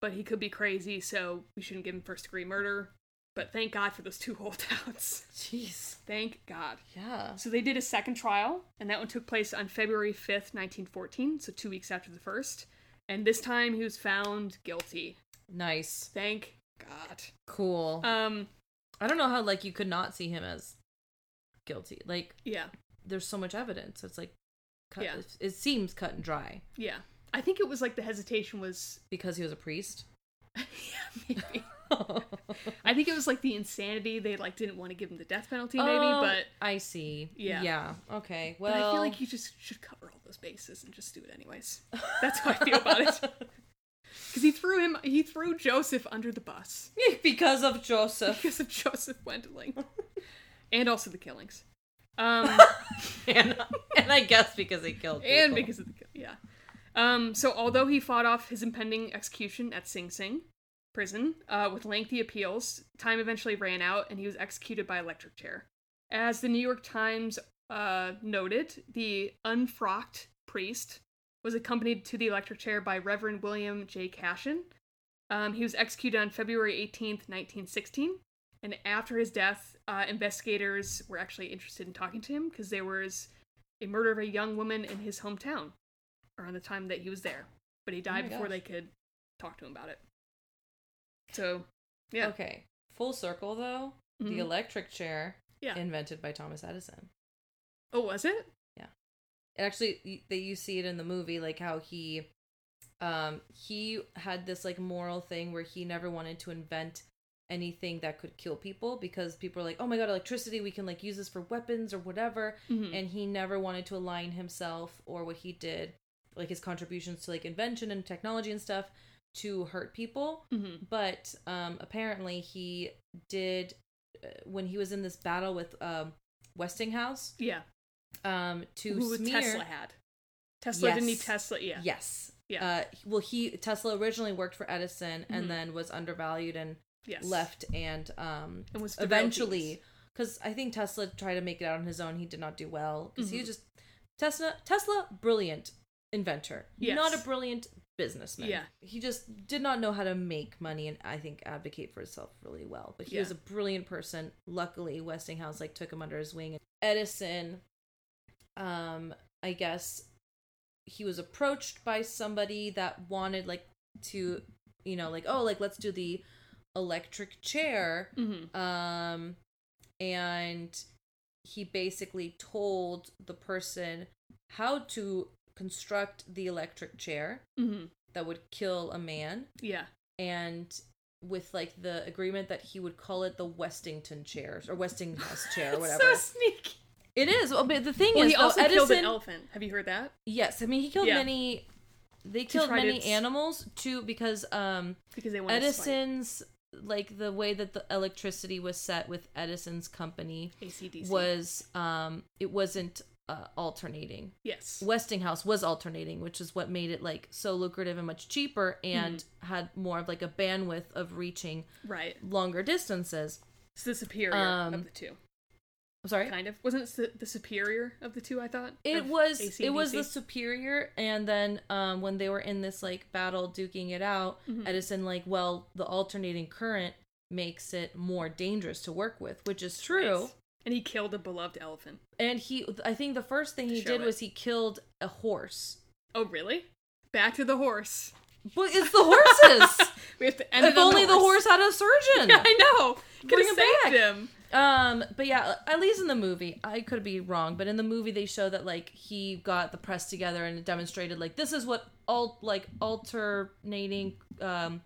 but he could be crazy, so we shouldn't give him first degree murder. But thank God for those two holdouts.
Jeez.
thank God.
Yeah.
So they did a second trial, and that one took place on February 5th, 1914, so two weeks after the first. And this time he was found guilty
Nice.
Thank God.
Cool.
Um,
I don't know how like you could not see him as guilty. Like
yeah,
there's so much evidence. It's like cut,
Yeah.
it, it seems cut and dry
yeah. I think it was like the hesitation was.
because he was a priest.
yeah, maybe. I think it was like the insanity. They like didn't want to give him the death penalty, maybe.
Oh,
but
I see.
Yeah.
Yeah. Okay. Well,
but I feel like you just should cover all those bases and just do it anyways. That's how I feel about it. Because he threw him, he threw Joseph under the bus
because of Joseph
because of Joseph Wendling, and also the killings. Um,
and, and I guess because he killed
and
people.
because of the kill- yeah. Um, so although he fought off his impending execution at Sing Sing prison uh, with lengthy appeals, time eventually ran out, and he was executed by electric chair. As the New York Times uh, noted, the unfrocked priest was accompanied to the electric chair by Reverend William J. Cashin. Um, he was executed on February 18th, 1916. And after his death, uh, investigators were actually interested in talking to him because there was a murder of a young woman in his hometown around the time that he was there. But he died
Oh my
before
gosh.
they could talk to him about it. So, yeah.
Okay. Full circle though.
Mhm.
The electric chair
Yeah.
invented by Thomas Edison.
Oh, was it?
It actually y- that you see it in the movie like how he um he had this like moral thing where he never wanted to invent anything that could kill people because people are like, "Oh my god, electricity, we can like use this for weapons or whatever."
Mhm.
and he never wanted to align himself or what he did like his contributions to like invention and technology and stuff to hurt people
Mhm.
but um apparently he did uh, when he was in this battle with um Westinghouse
Yeah.
um to
Who
smear
Tesla had. Tesla didn't need
Yes.
Tesla. Yeah.
yes
Yeah.
uh well he Tesla originally worked for Edison
Mhm.
and then was undervalued and
Yes.
left and um
And was
eventually because i think tesla tried to make it out on his own he did not do well because
Mm-hmm.
he was just tesla tesla brilliant inventor
Yes.
not a brilliant businessman
Yeah.
he just did not know how to make money and i think advocate for himself really well but he was
Yeah.
a brilliant person luckily westinghouse like took him under his wing edison um i guess he was approached by somebody that wanted like to you know like oh like let's do the electric chair
Mm-hmm.
um and he basically told the person how to construct the electric chair
Mm-hmm.
that would kill a man
Yeah.
and with like the agreement that he would call it the Westington chairs or Westinghouse chair or
It's
whatever.
So sneaky.
it is. Well, but the thing
Well,
is,
he
though,
also
Edison,
killed an elephant. Have you heard that?
Yes, I mean he killed
Yeah.
many. They killed
try to
many
s-
animals too because um
Because they wanted
Edison's like the way that the electricity was set with Edison's company
to spite ACDC.
was um it wasn't uh, alternating.
yes.
Westinghouse was alternating, which is what made it like so lucrative and much cheaper and
Mm-hmm.
had more of like a bandwidth of reaching
Right.
longer distances.
It's the superior
Um,
of the two.
I'm sorry.
Kind of. Wasn't it the, the superior of the two? I thought
It
Of
was it was the
AC/DC?
superior, and then um, when they were in this like battle duking it out,
Mm-hmm.
Edison like, well, the alternating current makes it more dangerous to work with, which is true.
Yes. And he killed a beloved elephant.
And he, I think the first thing he
Show
did
it.
was he killed a horse.
Oh really? Back to the horse.
But it's the horses.
We have to end
if
it on
only the horse. had a surgeon.
Yeah, I know. Could
Bring
have
him
saved
back.
him.
Um, but yeah, at least in the movie, I could be wrong, but in the movie they show that like he got the press together and demonstrated like this is what alt like alternating um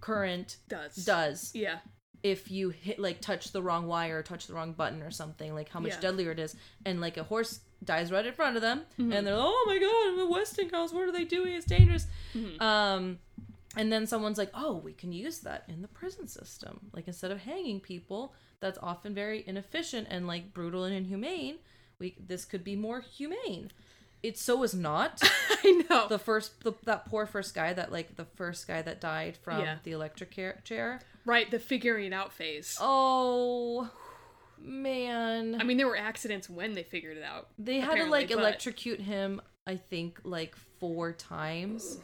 current
Does
does
Yeah.
if you hit like touch the wrong wire or touch the wrong button or something like how much
Yeah.
deadlier it is and like a horse dies right in front of them
Mm-hmm.
and they're oh my god the westinghouse what are they doing it's dangerous
Mm-hmm.
um and then someone's like oh we can use that in the prison system like instead of hanging people that's often very inefficient and like brutal and inhumane we this could be more humane it so is not
I know.
the first the, that poor first guy that like the first guy that died from
Yeah.
the electric chair- chair
right. The figuring it out phase.
Oh man.
I mean, there were accidents when they figured it out.
they had to
apparently,
like
but-
electrocute him I think like four times.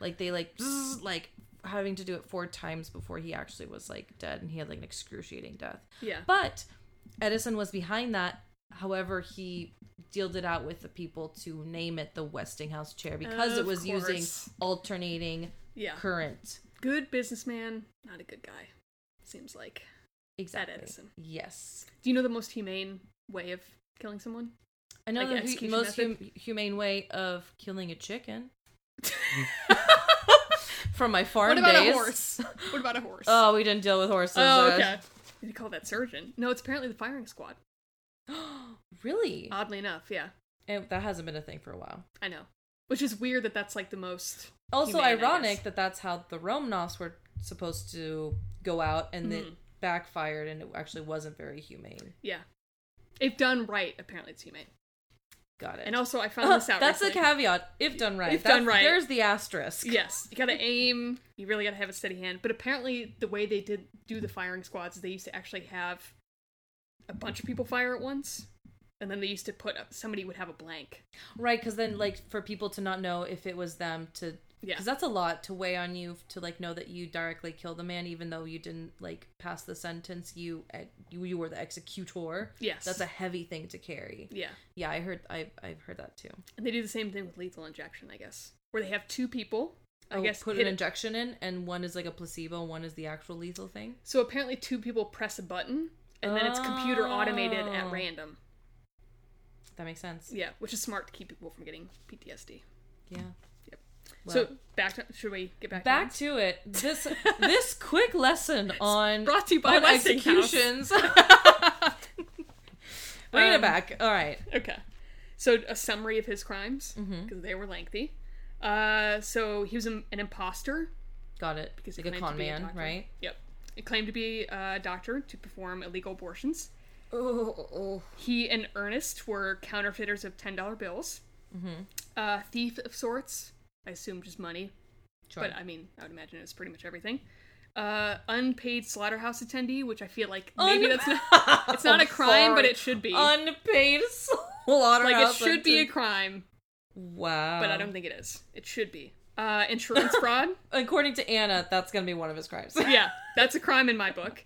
like they like zzz, like having to do it four times before he actually was like dead and he had like an excruciating death.
Yeah.
But Edison was behind that. However, he dealed it out with the people to name it the Westinghouse chair because it
Of
was using
course.
alternating
Yeah.
current.
Good businessman, not a good guy. Seems like.
Exactly.
Edison.
Yes.
Do you know the most humane way of killing someone?
I know
Like
the hu-
execution
most hum-
method?
humane way of killing a chicken from my farm
what about
days.
a horse? What about a horse?
Oh, we didn't deal with horses.
Oh,
uh,
okay. You call that surgeon? No, it's apparently the firing squad.
really?
Oddly enough, yeah,
And that hasn't been a thing for a while.
I know. Which is weird that that's like the most.
Also
Humane, I guess.
ironic that that's how the Romanoffs were supposed to go out, and it
Mhm.
backfired, and it actually wasn't very humane.
Yeah, if done right, apparently it's humane.
Got it.
And also, I found this out.
That's
recently.
the caveat. If done right.
If
That's-
done right.
There's the asterisk.
Yes, you gotta aim. You really gotta have a steady hand. But apparently, the way they did do the firing squads is they used to actually have a bunch of people fire at once, and then they used to put up, somebody would have a blank.
Right, because then, like, for people to not know if it was them to.
Yeah,
Because that's a lot to weigh on you to, like, know that you directly killed the man, even though you didn't, like, pass the sentence. You you, you were the executor.
yes,
That's a heavy thing to carry.
yeah.
Yeah, I heard. I, I've heard that too.
And they do the same thing with lethal injection, I guess, where they have two people. I
oh,
guess
put
hit
an
it-
injection in, and one is like a placebo, one is the actual lethal thing.
So apparently, two people press a button, and then it's computer automated
Oh.
at random.
That makes sense.
Yeah, which is smart to keep people from getting PTSD.
Yeah.
Yep.
Well,
so back to should we get back? to
back
Hans?
to it. This this quick lesson on
brought to you by
on
Westinghouse.
executions. Bring it
Um,
back. All right.
Okay. So a summary of his crimes because
Mm-hmm.
they were lengthy. Uh, so he was an an imposter
Got it.
because he
like a
claimed
con
to be a
man,
doctor.
right?
Yep. He claimed to be a doctor to perform illegal abortions.
Oh,
He and Ernest were counterfeiters of ten dollar bills. Mm-hmm. Uh, thief of sorts. I assume just money,
sure.
but I mean, I would imagine it's pretty much everything. Uh, unpaid slaughterhouse attendee, which I feel like maybe that's not, it's not a crime, but it should be.
unpaid slaughterhouse.
like it should be a crime,
wow.
but I don't think it is. It should be. Uh, insurance fraud.
According to Anna, that's gonna be one of his crimes.
yeah, that's a crime in my book.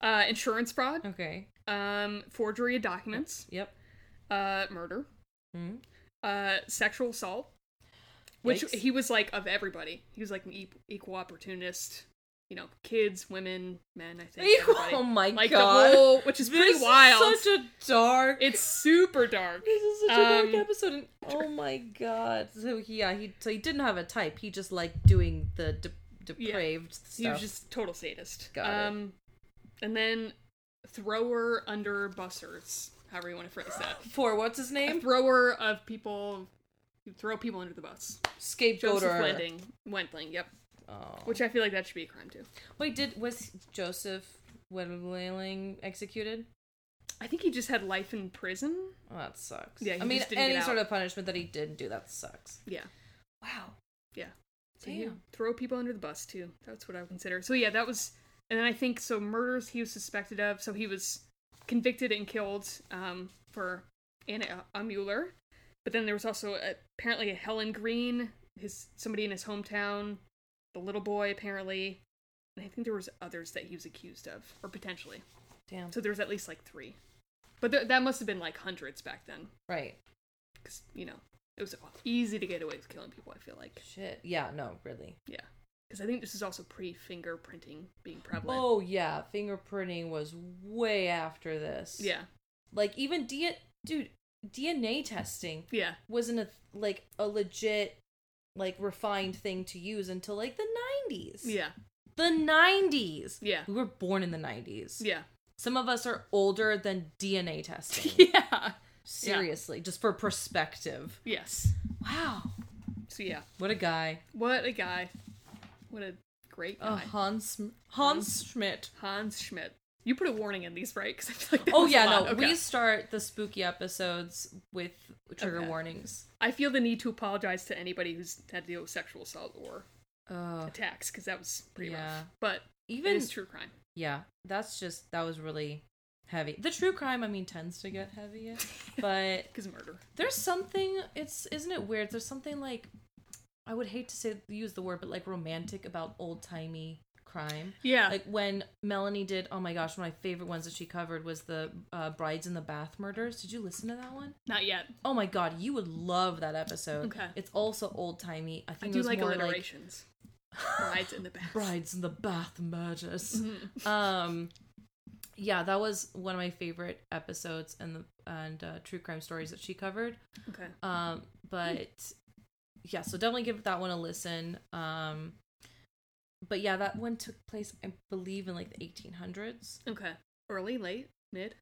Uh, insurance fraud,
okay.
um, forgery of documents,
Yep.
uh, murder,
Mhm.
uh, sexual assault, which
Yikes.
he was like of everybody. He was like an e- equal opportunist, you know, kids, women, men. I think. everybody.
Oh my
like
god.
the whole, which is pretty
this
wild.
Is such a dark.
It's super dark.
This is such a
Um,
dark episode. And, oh my god! So he- yeah, he so he didn't have a type. He just liked doing the de- depraved stuff.
He was just total sadist.
Got it.
um, and then thrower under bussers, however you want to phrase that.
for what's his
a
name?
thrower of people who throw people under the bus. Joseph
Scapegoater.
Wendling. Wendling, yep.
Oh.
Which I feel like that should be a crime too.
Wait, did was Joseph Wendling executed?
I think he just had life in prison.
Oh, that sucks.
Yeah, he
I mean,
just didn't get
any
out.
sort of punishment that he didn't do that sucks.
Yeah.
Wow.
Yeah. So
Damn.
you throw people under the bus too. That's what I would consider. So yeah, that was and then I think so murders he was suspected of, so he was convicted and killed um for Anna uh, Mueller. But then there was also uh apparently a Helen Green, his somebody in his hometown, the little boy apparently. And I think there was others that he was accused of or potentially.
Damn.
So there was at least like 3. But th- that must have been like hundreds back then
Right.
cuz you know, it was easy to get away with killing people, I feel like.
Shit. Yeah. No. Really.
Yeah. Because I think this is also pre fingerprinting being prevalent.
Oh yeah, fingerprinting was way after this.
Yeah.
Like even D- dude, DNA testing
Yeah.
wasn't a like a legit like refined thing to use until like the 90s.
Yeah.
The 90s.
Yeah.
We were born in the 90s.
Yeah.
Some of us are older than DNA testing.
Yeah.
Seriously, just for perspective.
Yes.
Wow.
So, yeah.
What a guy.
What a guy. What a great
Oh,
guy.
Hans Hans Schmidt.
Hans Schmidt. You put a warning in these, right? 'Cause I feel like that
Oh
was a
yeah, no.
lot. Okay.
We start the spooky episodes with trigger
Okay.
warnings.
I feel the need to apologize to anybody who's had to deal with sexual assault or
Uh,
attacks because that was pretty rough.
Yeah.
But
even
it Oh, is true crime.
yeah that's just that was really heavy the true crime i mean tends to get heavy but
Because murder.
there's something it's isn't it weird there's something like i would hate to say use the word but like romantic about old-timey crime
Yeah.
like when melanie did oh my gosh one of my favorite ones that she covered was the uh, brides in the bath murders did you listen to that one?
Not yet.
Oh my god, you would love that episode.
Okay.
It's also old timey. I
I
think it
do
was
like
more
alliterations. Brides in the bath.
brides in the bath merges.
Mhm.
um, yeah, that was one of my favorite episodes and the and uh, true crime stories that she covered.
Okay.
Um, but yeah, so definitely give that one a listen. Um, but yeah, that one took place, I believe, in like the 1800s,
Okay. Early, late, mid.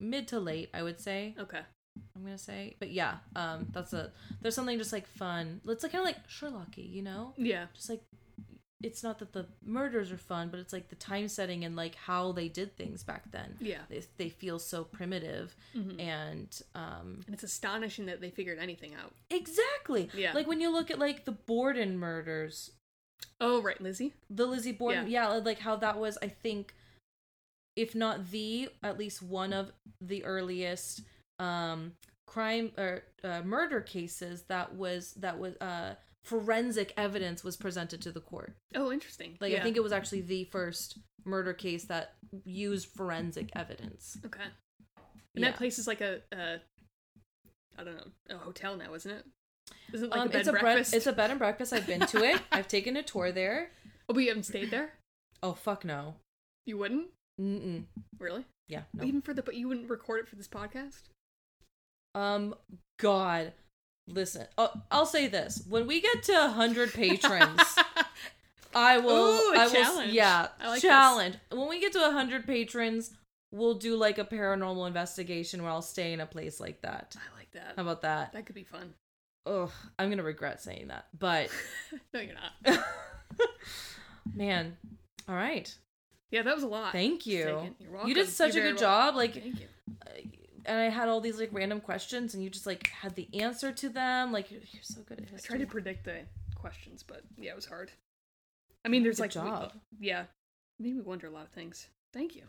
mid to late, I would say.
Okay.
I'm gonna say, but yeah, um, that's a there's something just like fun. It's like kind of like Sherlocky, you know,
Yeah.
just like it's not that the murders are fun, but it's like the time setting and like how they did things back then.
Yeah.
They they feel so primitive
Mhm.
and um
And it's astonishing that they figured anything out.
exactly
Yeah.
like when you look at like the Borden murders,
Oh, right, Lizzie.
the Lizzie Borden, yeah. like how that was, I think, if not the, at least one of the earliest um crime or uh, murder cases that was that was uh forensic evidence was presented to the court.
Oh, interesting.
Like
Yeah.
I think it was actually the first murder case that used forensic evidence.
Okay. And
Yeah.
that place is like a, a, I don't know, a hotel now, isn't it? Isn't it like
um,
a bed
it's a
and
bre-
breakfast?
it's a bed and breakfast. I've been to it. I've taken a tour there.
oh, but you haven't stayed there.
Oh fuck no.
You wouldn't
Mm-mm.
really,
Yeah. No.
even for the but you wouldn't record it for this podcast.
Um, God, listen. Oh, I'll say this: when we get to hundred patrons, I will.
Ooh, a
I will.
challenge.
Yeah,
I like
challenge. When we get to hundred patrons, we'll do like a paranormal investigation where I'll stay in a place like that.
I like that.
How about that?
that could be fun.
Ugh, I'm gonna regret saying that, but
No, you're not.
man, all right.
Yeah, that was a lot.
Thank
Just take
you.
it. You're welcome.
You did such
You're
a
very
good
welcome.
job. Like,
Thank you.
and I had all these like random questions, and you just like had the answer to them. Like, you're you're so good at
I
history.
tried to predict the questions, but yeah, it was hard. I mean, there's
Good
like we-
job.
yeah, made me wonder a lot of things. Thank you.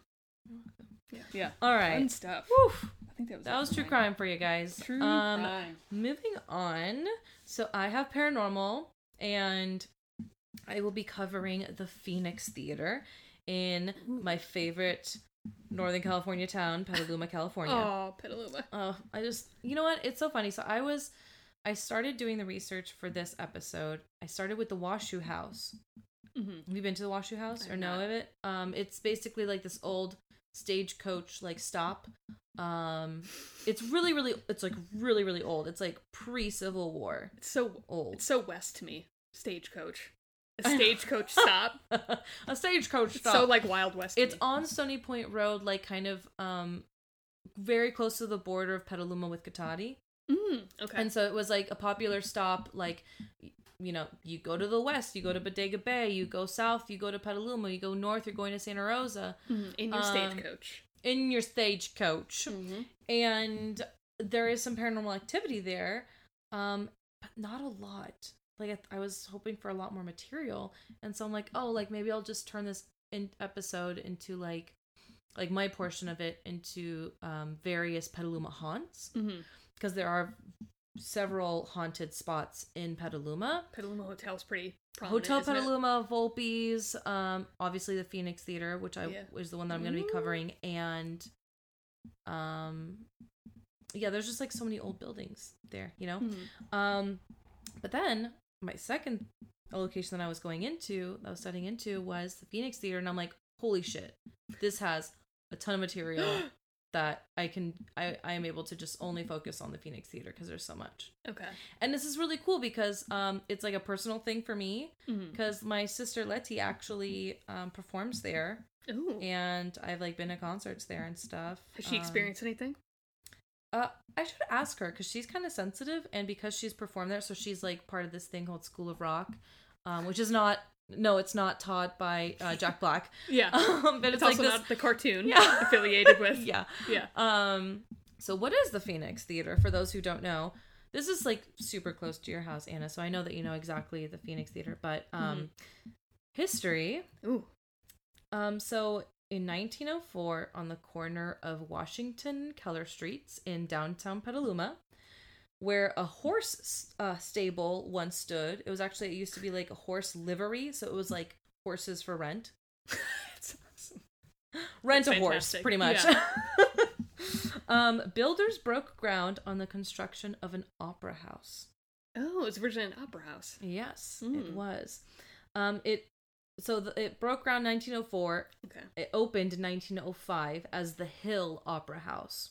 Yeah, yeah,
All
fun
right.
stuff.
Woof.
I think that was it
That was
for
true
mine.
crime for you guys.
True
um,
crime.
Moving on. So I have paranormal, and I will be covering the Phoenix Theater in my favorite Northern California town, Petaluma, California.
Oh, Petaluma.
Oh, I just you know what? It's so funny. So I was I started doing the research for this episode. I started with the Washoe House.
Mm-hmm.
Have you been to the Washoe House
I
or
have
know
not.
of it? Um, it's basically like this old stagecoach like stop. Um, it's really really it's like really really old. It's like pre Civil War
It's so
old.
it's so west to me. Stagecoach, a
I know.
stagecoach stop.
a stagecoach
It's
stop.
so like Wild West. to
it's
me.
on Stony Point Road, like kind of um, very close to the border of Petaluma with Cotati.
Mm, okay.
And so it was like a popular stop. Like, y- you know, you go to the west, you go to Bodega Bay, you go south, you go to Petaluma, you go north, you're going to Santa Rosa
Mhm, in your
um, Mm-hmm.
stagecoach.
in your stagecoach.
Mhm.
And there is some paranormal activity there, um, but not a lot. Like, I, th- I was hoping for a lot more material. And so I'm like, oh, like maybe I'll just turn this in- episode into like, like my portion of it into um, various Petaluma haunts
Mhm.
because there are several haunted spots in Petaluma.
Petaluma Hotel's pretty prominent.
Hotel
isn't it?
Petaluma, Volpe's, um, obviously the Phoenix Theater, which I
Yeah.
is the one that I'm going to be
Mm.
covering, and um, yeah, there's just like so many old buildings there, you know.
Mhm.
Um, but then my second location that I was going into, that I was studying into, was the Phoenix Theater, and I'm like, holy shit, this has a ton of material that I can, I, I am able to just only focus on the Phoenix Theater because there's so much,
Okay.
and this is really cool because um, it's like a personal thing for me
Mhm.
because my sister Letty actually um, performs there,
Ooh.
and I've like been to concerts there and stuff.
Has she
Um,
experienced anything?
uh, I should ask her because she's kind of sensitive, and because she's performed there, so she's like part of this thing called School of Rock, um, which is not no, it's not taught by uh, Jack Black,
Yeah.
um, but it's,
It's,
like
also
this,
not the cartoon
Yeah.
affiliated with.
yeah.
Yeah.
Um, so what is the Phoenix Theater? For those who don't know, this is like super close to your house, Anna. So I know that you know exactly the Phoenix Theater, but um,
Mm-hmm.
history.
Ooh.
Um, so in 1904, on the corner of Washington and Keller Streets in downtown Petaluma, where a horse s- uh, stable once stood, it was actually it used to be like a horse livery, so it was like horses for rent.
It's awesome.
Rent a
That's
horse,
fantastic.
pretty much. um, builders broke ground on the construction of an opera house.
Oh, it's originally an opera house.
Yes, it
Mm.
was. Um, it so the, it broke ground 1904.
Okay.
It opened in 1905 as the Hill Opera House.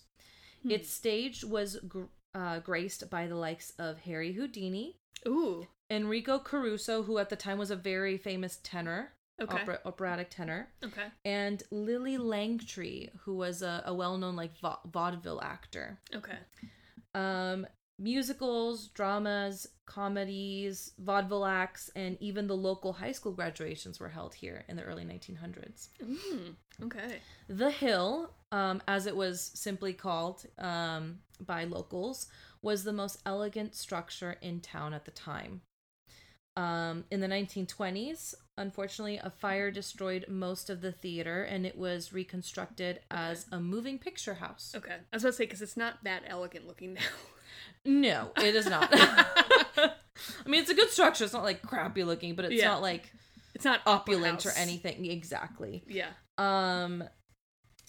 Its stage was gr- uh, graced by the likes of Harry Houdini,
Ooh.
Enrico Caruso, who at the time was a very famous tenor,
Okay.
opera, operatic tenor,
Okay.
and Lily Langtry, who was a, a well-known like va- vaudeville actor
Okay.
um, musicals, dramas, comedies, vaudeville acts, and even the local high school graduations were held here in the early 1900s.
Mm. Okay.
The Hill, um, as it was simply called um, by locals, was the most elegant structure in town at the time. Um, in the 1920s, unfortunately, a fire destroyed most of the theater and it was reconstructed as a moving picture house.
Okay. I was about to say because it's not that elegant looking now.
No, it is not. I mean, it's a good structure. It's not like crappy looking, but it's
Yeah.
not like
It's not opera
opulent or
house.
anything exactly.
Yeah.
Um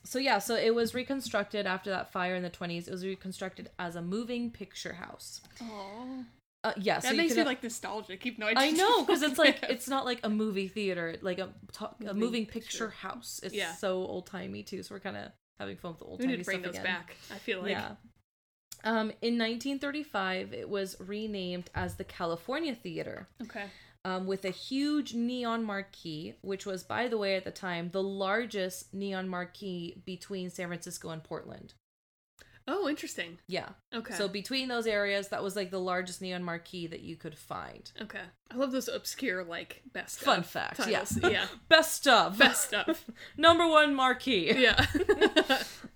so yeah, so it was reconstructed after that fire in the 20s. It was reconstructed as a moving picture house.
Oh.
Uh yeah, so
that
you
makes
could-
me like nostalgic. Even though I,
I
just
know cuz it's like
Yeah.
it's not like a movie theater, like a to- a
Moving
moving
picture.
picture house. It's
Yeah.
so old-timey too. So we're kind of having fun with the
we
old-timey
need to bring
stuff
those
again.
back. I feel like.
Yeah. Um, in 1935, it was renamed as the California Theater
Okay.
um, with a huge neon marquee, which was, by the way, at the time, the largest neon marquee between San Francisco and Portland.
Oh, interesting.
Yeah.
Okay.
So between those areas, that was like the largest neon marquee that you could find.
okay. I love those obscure like best
Fun
of
fact,
Titles.
yeah.
yeah.
Best of.
Best stuff.
Number one marquee.
Yeah.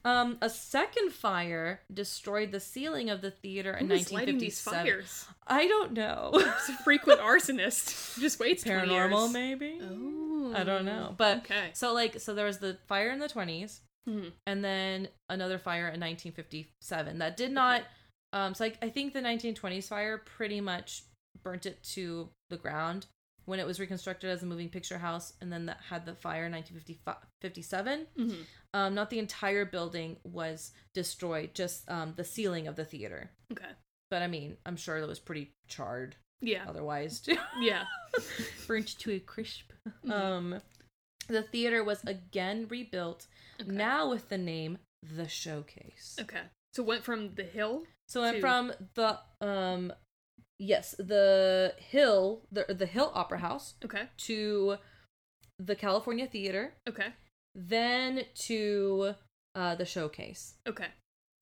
Um, a second fire destroyed the ceiling of the theater in
Who is lighting
1957.
these fires?
I don't know.
It's a frequent arsonist. Just waits 20
Paranormal,
years.
maybe.
Oh.
I don't know. But
okay.
so like so there was the fire in the 20s
Hmm.
and then another fire in 1957 that did not um so like I think the 1920s fire pretty much burnt it to the ground when it was reconstructed as a moving picture house and then that had the fire in 1957
Mhm.
um not the entire building was destroyed just um the ceiling of the theater
Okay.
but I mean I'm sure it was pretty charred
Yeah.
otherwise too
Yeah.
Oh. burnt to a crisp.
Mhm.
Um, the theater was again rebuilt,
Okay.
now with the name The Showcase.
Okay. So went from the hill.
So I'm
Two.
from the um, yes, the Hill, the the Hill Opera House
Okay.
to the California Theater,
Okay.
then to uh, the Showcase.
Okay.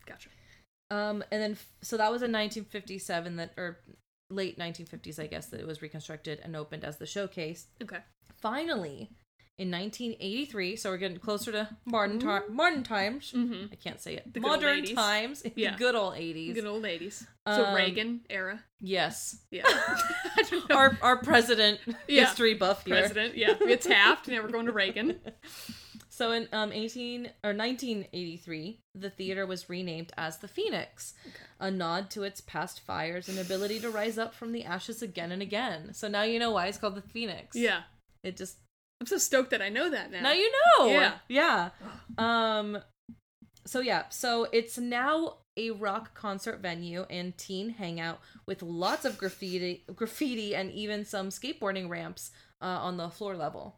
Gotcha.
Um, and then f- so that was in 1957 that or late 1950s, I guess that it was reconstructed and opened as the Showcase.
Okay.
finally in 1983 so we're getting closer to modern, ti- modern times
Mm-hmm.
i can't say it
The good old
modern
80s.
times
Yeah.
good old 80s
Good old ladies. So
Um,
Reagan era.
yes
Yeah. I don't know.
our, our president
Yeah.
history buff here
president. Yeah. We had Taft. Now we're going to Reagan.
so in um, 18 or 1983 the theater was renamed as the phoenix a nod to its past fires and ability to rise up from the ashes again and again so now you know why it's called the phoenix
Yeah.
it just
I'm so stoked that I know that now.
Now you know.
Yeah.
Yeah. Um so yeah, so it's now a rock concert venue and teen hangout with lots of graffiti graffiti and even some skateboarding ramps uh, on the floor level.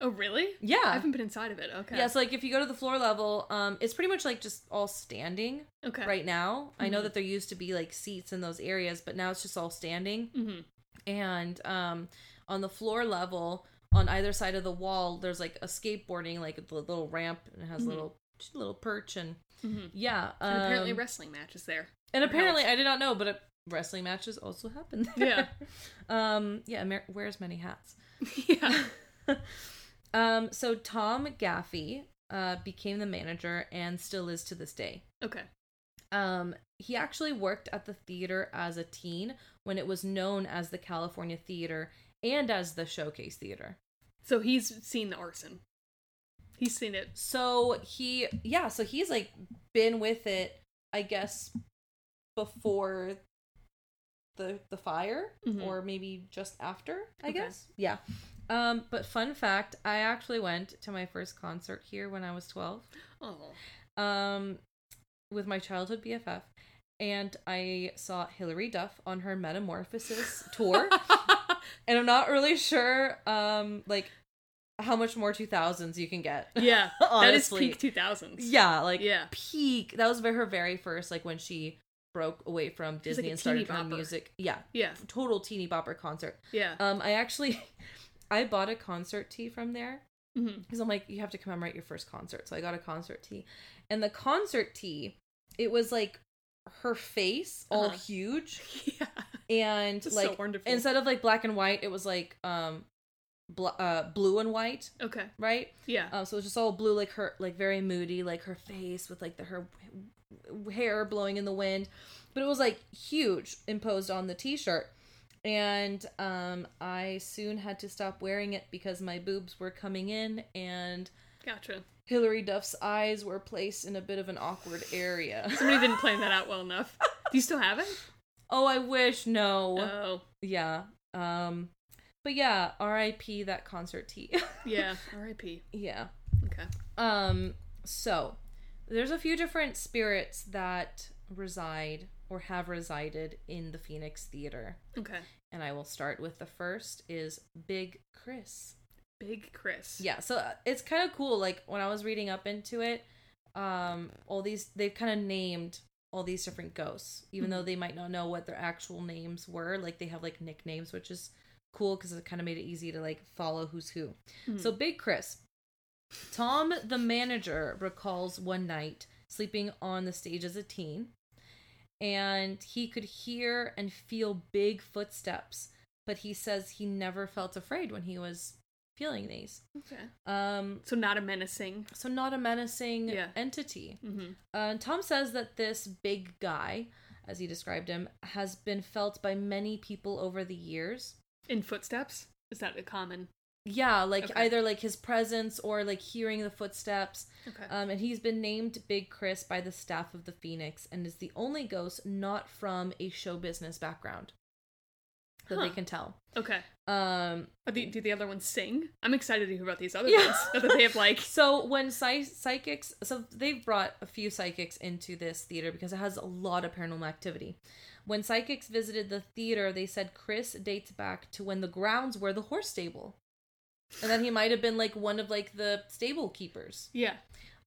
oh, really? I
Yeah.
haven't been inside of it. Okay.
Yeah, so like if you go to the floor level, um it's pretty much like just all standing
Okay.
right now. I know
Mhm.
that there used to be like seats in those areas, but now it's just all standing
Mm-hmm.
and um on the floor level on either side of the wall there's like a skateboarding like a little ramp and it has
Mhm.
a little just a little perch and
Mm-hmm.
yeah um,
And apparently wrestling matches there.
and apparently i did not know but uh wrestling matches also happen there. yeah um yeah Amer- wears many hats
yeah.
um so tom gaffey uh became the manager and still is to this day
Okay.
um he actually worked at the theater as a teen when it was known as the california theater and as the showcase theater
So he's seen the arson. He's seen it.
So he, yeah, so he's like been with it, I guess, before the the fire,
Mhm.
or maybe just after, I
Okay.
guess. Yeah. Um, but fun fact, I actually went to my first concert here when I was twelve,
Oh.
um, with my childhood BFF, and I saw Hilary Duff on her Metamorphosis tour and I'm not really sure, um, like how much more 2000s you can get.
Yeah, that is
Honestly.
peak 2000s.
Yeah, like
Yeah.
peak. That was her very first, like when she broke away from Disney
like, a
and started
teeny
her
bopper.
music. Yeah,
Yeah,
total teeny bopper concert.
yeah.
Um, I actually, I bought a concert tee from there
Mhm.
because I'm like, you have to commemorate your first concert. So I got a concert tee, and the concert tee, it was like her face all
Uh-huh.
huge
Yeah.
and
It's
like
so wonderful.
instead of like black and white, it was like um, bl- uh, blue and white,
okay.
right?
Yeah.
Um, so it was just all blue, like her, like very moody, like her face with like the her w- w- hair blowing in the wind, but it was like huge imposed on the t-shirt, and um, I soon had to stop wearing it because my boobs were coming in and
Gotcha.
Hillary Duff's eyes were placed in a bit of an awkward area.
Somebody didn't plan that out well enough. Do you still have it?
oh, I wish no,
Oh,
yeah, um, but yeah, R.I.P. that concert tee,
yeah. R.I.P.
yeah.
Okay.
Um, so there's a few different spirits that reside or have resided in the Phoenix Theater.
Okay.
And I will start with the first is Big Chris.
Big Chris.
Yeah, so uh, it's kind of cool like when I was reading up into it, um all these they've kind of named all these different ghosts even though they might not know what their actual names were, like they have like nicknames which is cool cuz it kind of made it easy to like follow who's who.
Mhm.
So Big Chris. Tom, the manager, recalls one night sleeping on the stage as a teen, and he could hear and feel big footsteps, but he says he never felt afraid when he was feeling these.
Okay.
Um,
So not a menacing.
so not a menacing
Yeah.
entity.
Mm-hmm.
Uh, Tom says that this big guy, as he described him, has been felt by many people over the years.
In footsteps? Is that a common?
Yeah, like
Okay.
either like his presence or like hearing the footsteps.
Okay.
Um, and he's been named Big Chris by the staff of the Phoenix and is the only ghost not from a show business background that they
Huh.
can tell.
okay.
Um,
Are the, do the other ones sing? I'm excited to hear about these other
Yeah.
ones. Now that they have like.
so when psy- psychics, so they've brought a few psychics into this theater because it has a lot of paranormal activity. When psychics visited the theater, they said Chris dates back to when the grounds were the horse stable. And then he might have been like one of like the stable keepers.
Yeah.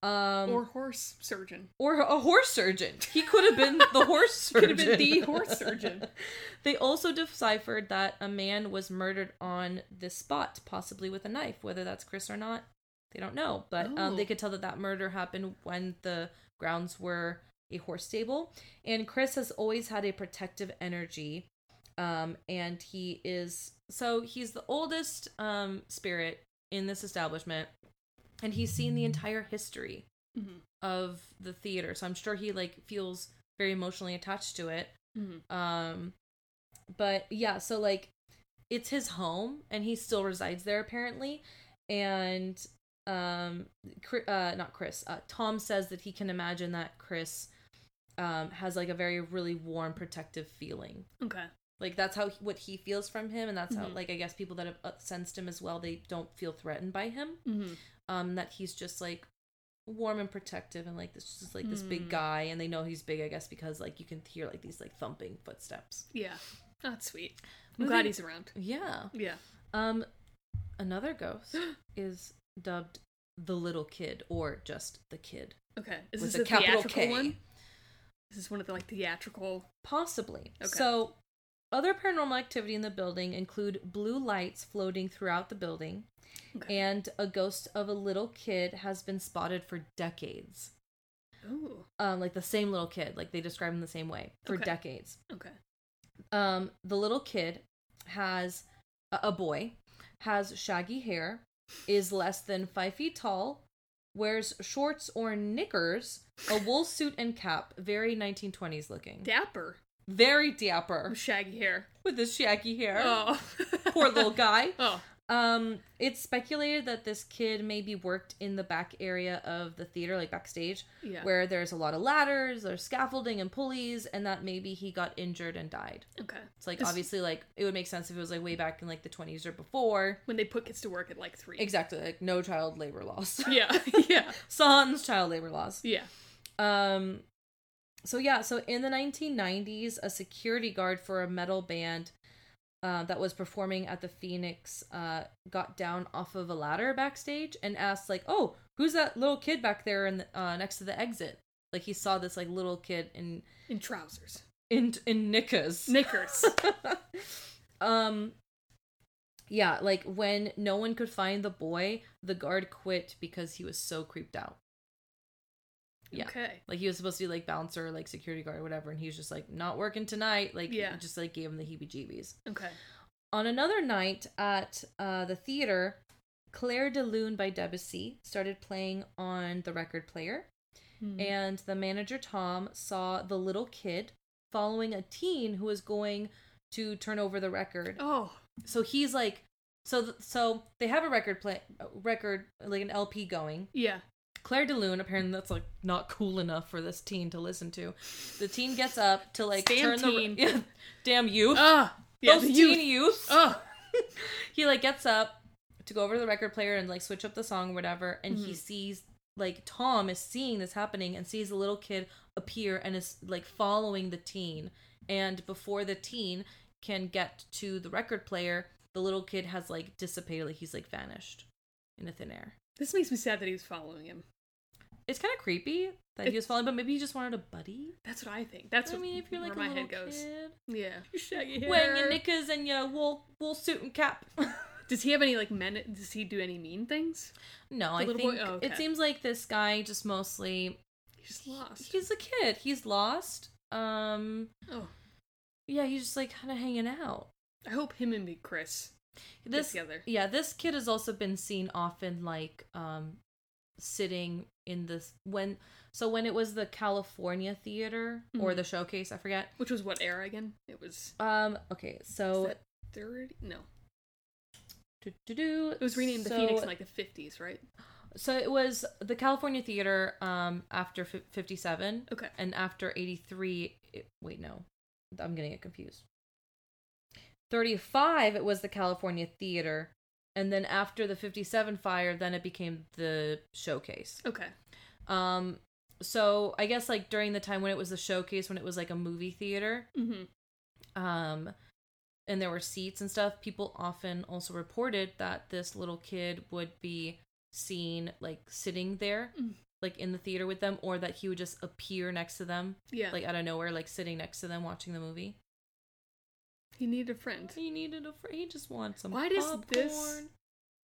Um
or horse surgeon.
or a horse surgeon. He could have been the horse
Could
surgeon.
have been the horse surgeon.
They also deciphered that a man was murdered on this spot, possibly with a knife. Whether that's Chris or not, they don't know. But um,
Oh.
they could tell that that murder happened when the grounds were a horse stable. And Chris has always had a protective energy. Um, and he is so he's the oldest um, spirit in this establishment. And he's seen the entire history
Mhm.
of the theater. So I'm sure he like feels very emotionally attached to it.
Mhm.
Um but yeah, so like it's his home and he still resides there apparently and um Chri- uh not Chris. Uh Tom says that he can imagine that Chris um has like a very really warm protective feeling.
Okay.
Like that's how what he feels from him and that's how
Mhm.
like I guess people that have uh, sensed him as well, they don't feel threatened by him
Mm-hmm.
um that he's just like warm and protective and like this is like this
Hmm.
big guy and they know he's big i guess because like you can hear like these like thumping footsteps
Yeah. Oh, That's sweet. I'm
Moving-
glad he's around.
yeah
Yeah.
um another ghost is dubbed the little kid or just the kid
Okay. Is
With
this
a
a
capital
theatrical
K.
one? Is this one of the like theatrical?
possibly
Okay.
so other paranormal activity in the building include blue lights floating throughout the building
Okay.
and a ghost of a little kid has been spotted for decades
Oh.
um like the same little kid like they describe him the same way for
Okay.
decades
Okay.
um, the little kid has a, a boy has shaggy hair is less than five feet tall wears shorts or knickers a wool suit and cap very 1920s looking
Dapper.
very dapper
With shaggy hair.
with his shaggy hair
Oh.
poor little guy
Oh.
um it's speculated that this kid maybe worked in the back area of the theater like backstage
Yeah.
where there's a lot of ladders there's scaffolding and pulleys and that maybe he got injured and died
Okay.
it's like
This-
obviously like it would make sense if it was like way back in like the 20s or before.
When they put kids to work at like three.
Exactly, like no child labor laws.
Yeah. Yeah.
Sans child labor laws.
Yeah.
Um so yeah, so in the 1990s a security guard for a metal band uh, that was performing at the Phoenix uh, got down off of a ladder backstage and asked like, "Oh, who's that little kid back there and uh, next to the exit?" Like he saw this like little kid in
in trousers,
in in knickers.
knickers.
um yeah like when no one could find the boy the guard quit because he was so creeped out Yeah.
Okay.
like he was supposed to be like bouncer like security guard or whatever and he was just like not working tonight like
Yeah.
yeah just like gave him the heebie jeebies
Okay.
on another night at uh, the theater claire de lune by debussy started playing on the record player
Hmm. Mm-hmm.
and the manager Tom saw the little kid following a teen who was going to turn over the record.
oh,
So he's like, so th- so they have a record play a record like an LP going.
yeah.
Claire de Lune apparently that's like not cool enough for this teen to listen to. The teen gets up to like turn
Damn teen.
the yeah, damn you
Ah, yeah.
those
the
teen
youth.
youths
Oh,
he like gets up to go over to the record player and like switch up the song or whatever and he
Mhm.
sees like tom is seeing this happening and sees the little kid appear and is like following the teen and before the teen can get to the record player the little kid has like dissipated like he's like vanished in the thin air
this makes me sad that he was following him.
it's kind of creepy that he was following but maybe he just wanted a buddy
That's what I think. That's
i
what
mean if you're like a
where my
little
head goes.
kid
Yeah. Your shaggy hair.
wearing your knickers and your wool wool suit and cap
Does he have any like men? Does he do any mean things?
No, I
little
think
boy- oh, okay.
it seems like this guy just mostly
He's just lost.
he's a kid. He's lost. Um
oh,
yeah, he's just like kind of hanging out.
I hope him and me, Chris,
This
get together.
yeah, this kid has also been seen often like um sitting in this when so when it was the California Theater or
Mhm.
the Showcase, I forget.
Which was what era again? It was
Um okay, so
that thirty. No,
do
it was renamed the Phoenix in like the fifties, right?
So it was the California Theater um after fif- 57
Okay.
and after 83 it, wait no i'm gonna get confused 35 it was the california theater and then after the 57 fire then it became the showcase
Okay.
um so i guess like during the time when it was the showcase when it was like a movie theater
Mm-hmm.
um and there were seats and stuff people often also reported that this little kid would be seen like sitting there
Mm.
like in the theater with them or that he would just appear next to them
Yeah.
like out of nowhere, like sitting next to them watching the movie.
he needed a friend.
He needed a fr- he just wants some
Why does
popcorn.
this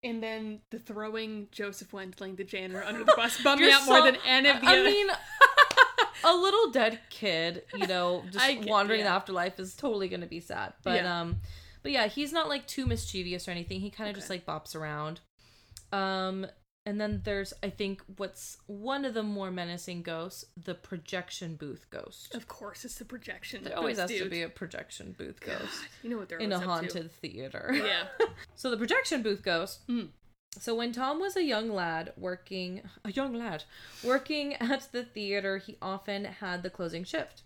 And then the throwing Joseph Wendling, the janitor, under the bus, bummed me
You're
out more
so-
than any of the
I
other.
mean, a little dead kid, you know, just
I get-
wandering the
yeah.
afterlife is totally gonna be sad. But
Yeah.
um, but yeah, he's not like too mischievous or anything. He kind of just
Okay.
like bops around. Um, and then there's I think what's one of the more menacing ghosts, the projection booth ghost.
of course, it's the projection.
There always
booth,
has to
dude.
be a projection booth
God,
ghost
you know what they're
in a
always up to.
haunted theater.
Yeah.
So the projection booth ghost.
Mm.
So when Tom was a young lad working, a young lad working at the theater, he often had the closing shift.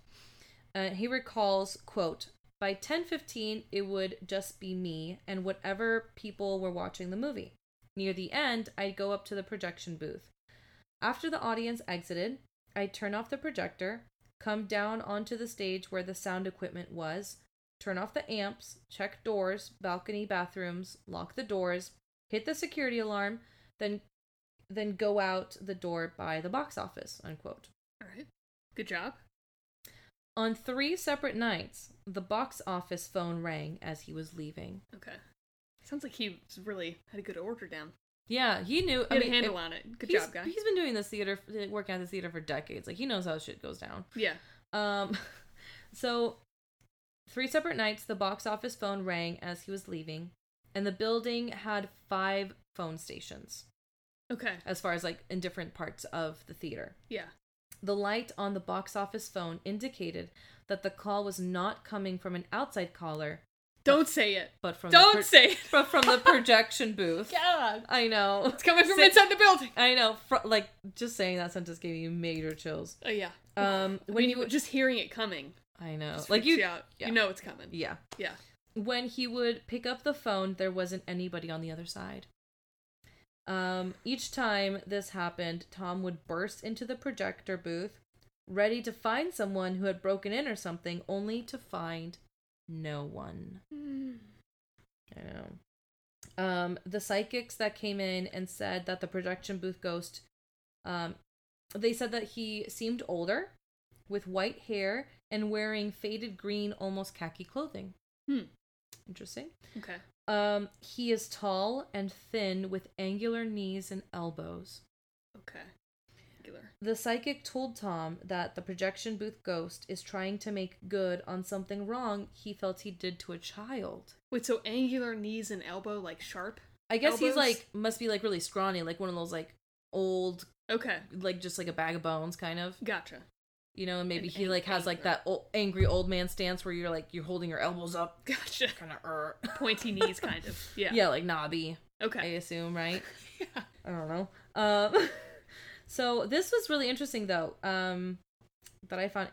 Uh, he recalls, quote, by 10:15 it would just be me and whatever people were watching the movie. Near the end, I'd go up to the projection booth. After the audience exited, I'd turn off the projector, come down onto the stage where the sound equipment was, turn off the amps, check doors, balcony, bathrooms, lock the doors, hit the security alarm, then then go out the door by the box office, unquote.
All right. Good job.
On three separate nights, the box office phone rang as he was leaving.
Okay. Sounds like he was really had a good order down.
Yeah, he knew.
He had a
mean,
handle
it-
on it. Good
he's-
job, guy.
He's been doing this theater, working at this theater for decades. Like he knows how shit goes down.
Yeah.
Um, so three separate nights, the box office phone rang as he was leaving, and the building had five phone stations
Okay.
as far as like in different parts of the theater.
Yeah.
The light on the box office phone indicated that the call was not coming from an outside caller,
Don't say it.
but from
Don't
the pro-
say it.
but from the projection booth.
God.
I know.
It's coming from
Say-
inside the building.
I know. Fr- like just saying that sentence gave me major chills.
Oh yeah.
Um,
When you just hearing it coming,
I know.
just
Oh, Like you,
out.
yeah.
You know it's coming.
yeah.
Yeah.
when he would pick up the phone, there wasn't anybody on the other side. Um, each time this happened, Tom would burst into the projector booth, ready to find
Hmm.
someone who had broken in or something, only to find no one. I know. Um, the psychics that came in and said that the projection booth ghost, um, they said that he seemed older, with white hair and wearing faded green, almost khaki clothing.
Hmm.
Interesting.
Okay.
Um, he is tall and thin with angular knees and elbows.
Okay. Regular.
The psychic told Tom that the projection booth ghost is trying to make good on something wrong he felt he did to a child.
Wait, so angular knees and elbow like sharp?
I guess he's
Elbows?
like must be like really scrawny, like one of those like old,
Okay.
like just like a bag of bones kind of,
Gotcha.
you know. And maybe
An
he like has like
anger.
that o- angry old man stance where you're like you're holding your elbows up,
Gotcha.
kind of er,
Pointy knees, kind of. Yeah.
yeah. like knobby. I
Okay.
assume right.
Yeah.
I don't know. Um, so this was really interesting though. Um, that I found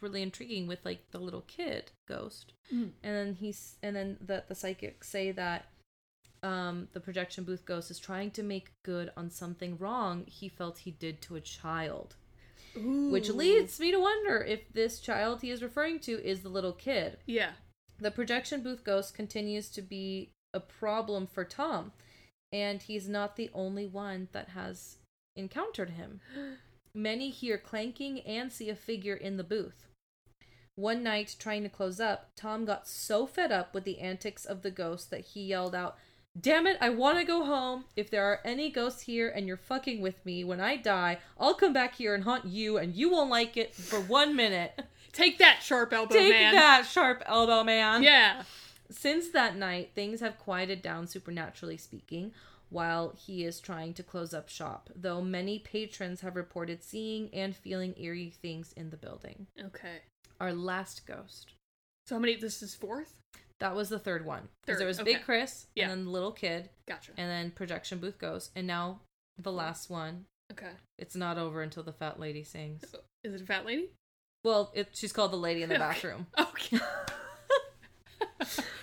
really intriguing with like the little kid ghost,
Mm.
and then he's and then the the psychics say that um the projection booth ghost is trying to make good on something wrong he felt he did to a child, which
Ooh.
leads me to wonder if this child he is referring to is the little kid.
Yeah.
The projection booth ghost continues to be a problem for Tom, and he's not the only one that has encountered him. Many hear clanking and see a figure in the booth. One night, trying to close up, Tom got so fed up with the antics of the ghost that he yelled out, Damn it, I want to go home. If there are any ghosts here and you're fucking with me, when I die, I'll come back here and haunt you, and you won't like it for one minute.
Take that, sharp elbow
Take
man.
that, sharp elbow man.
Yeah.
Since that night, things have quieted down supernaturally speaking while he is trying to close up shop, though many patrons have reported seeing and feeling eerie things in the building.
Okay.
Our last ghost.
So how many? This is fourth.
That was the third one. Because
Third,
there was
okay.
Big Chris,
Yeah.
and then Little Kid,
Gotcha.
and then Projection Booth Ghost, and now the last one.
Okay.
It's not over until the fat lady sings.
So, is it a fat lady?
Well, it, she's called the lady in the bathroom.
Okay.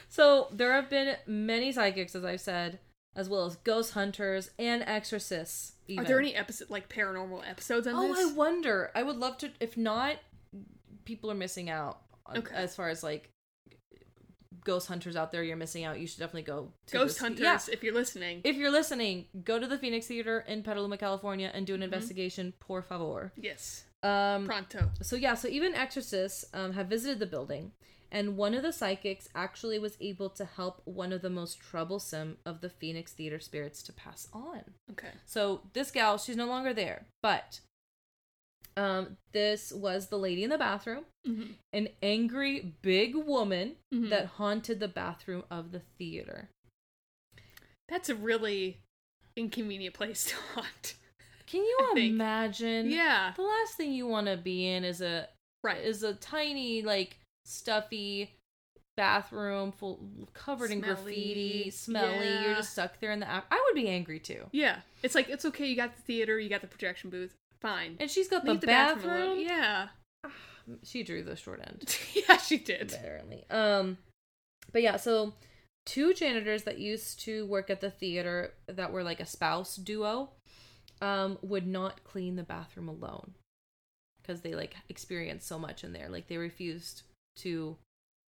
So there have been many psychics, as I've said, as well as ghost hunters and exorcists. Even.
Are there any episode like paranormal episodes on
Oh,
this?
I wonder. I would love to. If not, people are missing out. on-
Okay.
As far as like ghost hunters out there, you're missing out. You should definitely go. To
Ghost
this-
hunters,
Yeah.
if you're listening.
If you're listening, go to the Phoenix Theater in Petaluma, California, and do an
Mhm.
investigation. Por favor.
yes.
Um,
Pronto.
so yeah, so even exorcists um, have visited the building, and one of the psychics actually was able to help one of the most troublesome of the Phoenix Theater spirits to pass on.
Okay.
So this gal, she's no longer there, but um, this was the lady in the bathroom,
Mhm.
an angry big woman
Mhm.
that haunted the bathroom of the theater.
That's a really inconvenient place to haunt.
Can you
I think-
imagine?
Yeah.
The last thing you want to be in is a
Right.
is a tiny like stuffy bathroom full covered in
Smelly.
graffiti smelly you're
Yeah.
just stuck there in the app i would be angry too
yeah. It's like it's okay. You got the theater. You got the projection booth. Fine.
and she's got the,
Leave
bathroom,
alone. Yeah.
she drew the short end
yeah, she did.
apparently um but yeah so two janitors that used to work at the theater that were like a spouse duo um would not clean the bathroom alone because they like experienced so much in there like they refused to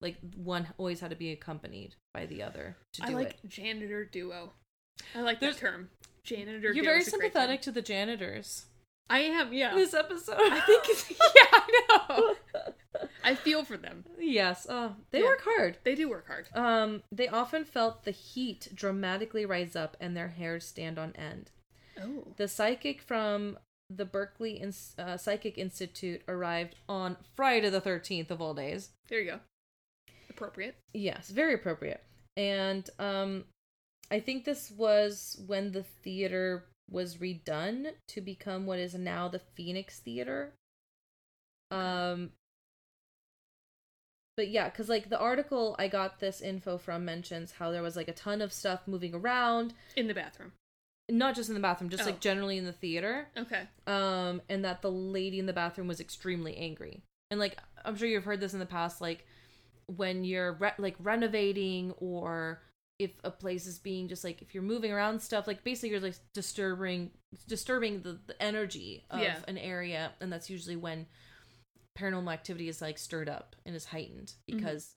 like one always had to be accompanied by the other to do
I like
it
janitor duo. I like
There's-
that term. Janitor.
you're
duo
very
is a great term.
sympathetic to the janitors
I am. Yeah.
this episode
I think. It's, yeah, I know. I feel for them.
yes oh they
Yeah.
work hard
They do work hard.
Um, they often felt the heat dramatically rise up and their hair stand on end.
Oh.
The psychic from the Berkeley in- uh, Psychic Institute arrived on Friday the 13th of all days.
There you go. Appropriate.
Yes, very appropriate. And um, I think this was when the theater was redone to become what is now the Phoenix Theater. Um, but yeah, because like the article I got this info from mentions how there was like a ton of stuff moving around,
In the bathroom.
not just in the bathroom, just
Oh.
like generally in the theater.
Okay.
Um, and that the lady in the bathroom was extremely angry. And like I'm sure you've heard this in the past, like when you're re- like renovating or if a place is being just like if you're moving around stuff like basically you're like disturbing disturbing the, the energy of
Yeah.
an area and that's usually when paranormal activity is like stirred up and is heightened because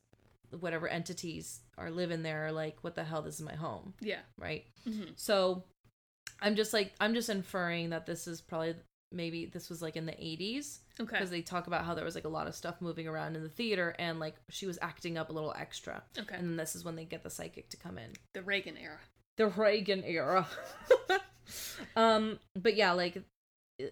whatever entities are living there are like, what the hell? This is my home,
Yeah.
right?
Mhm.
So I'm just like, I'm just inferring that this is probably maybe this was like in the 80s
Okay.
because they talk about how there was like a lot of stuff moving around in the theater and like she was acting up a little extra.
Okay.
And then this is when they get the psychic to come in.
The Reagan era.
The Reagan era. um, but yeah, like uh,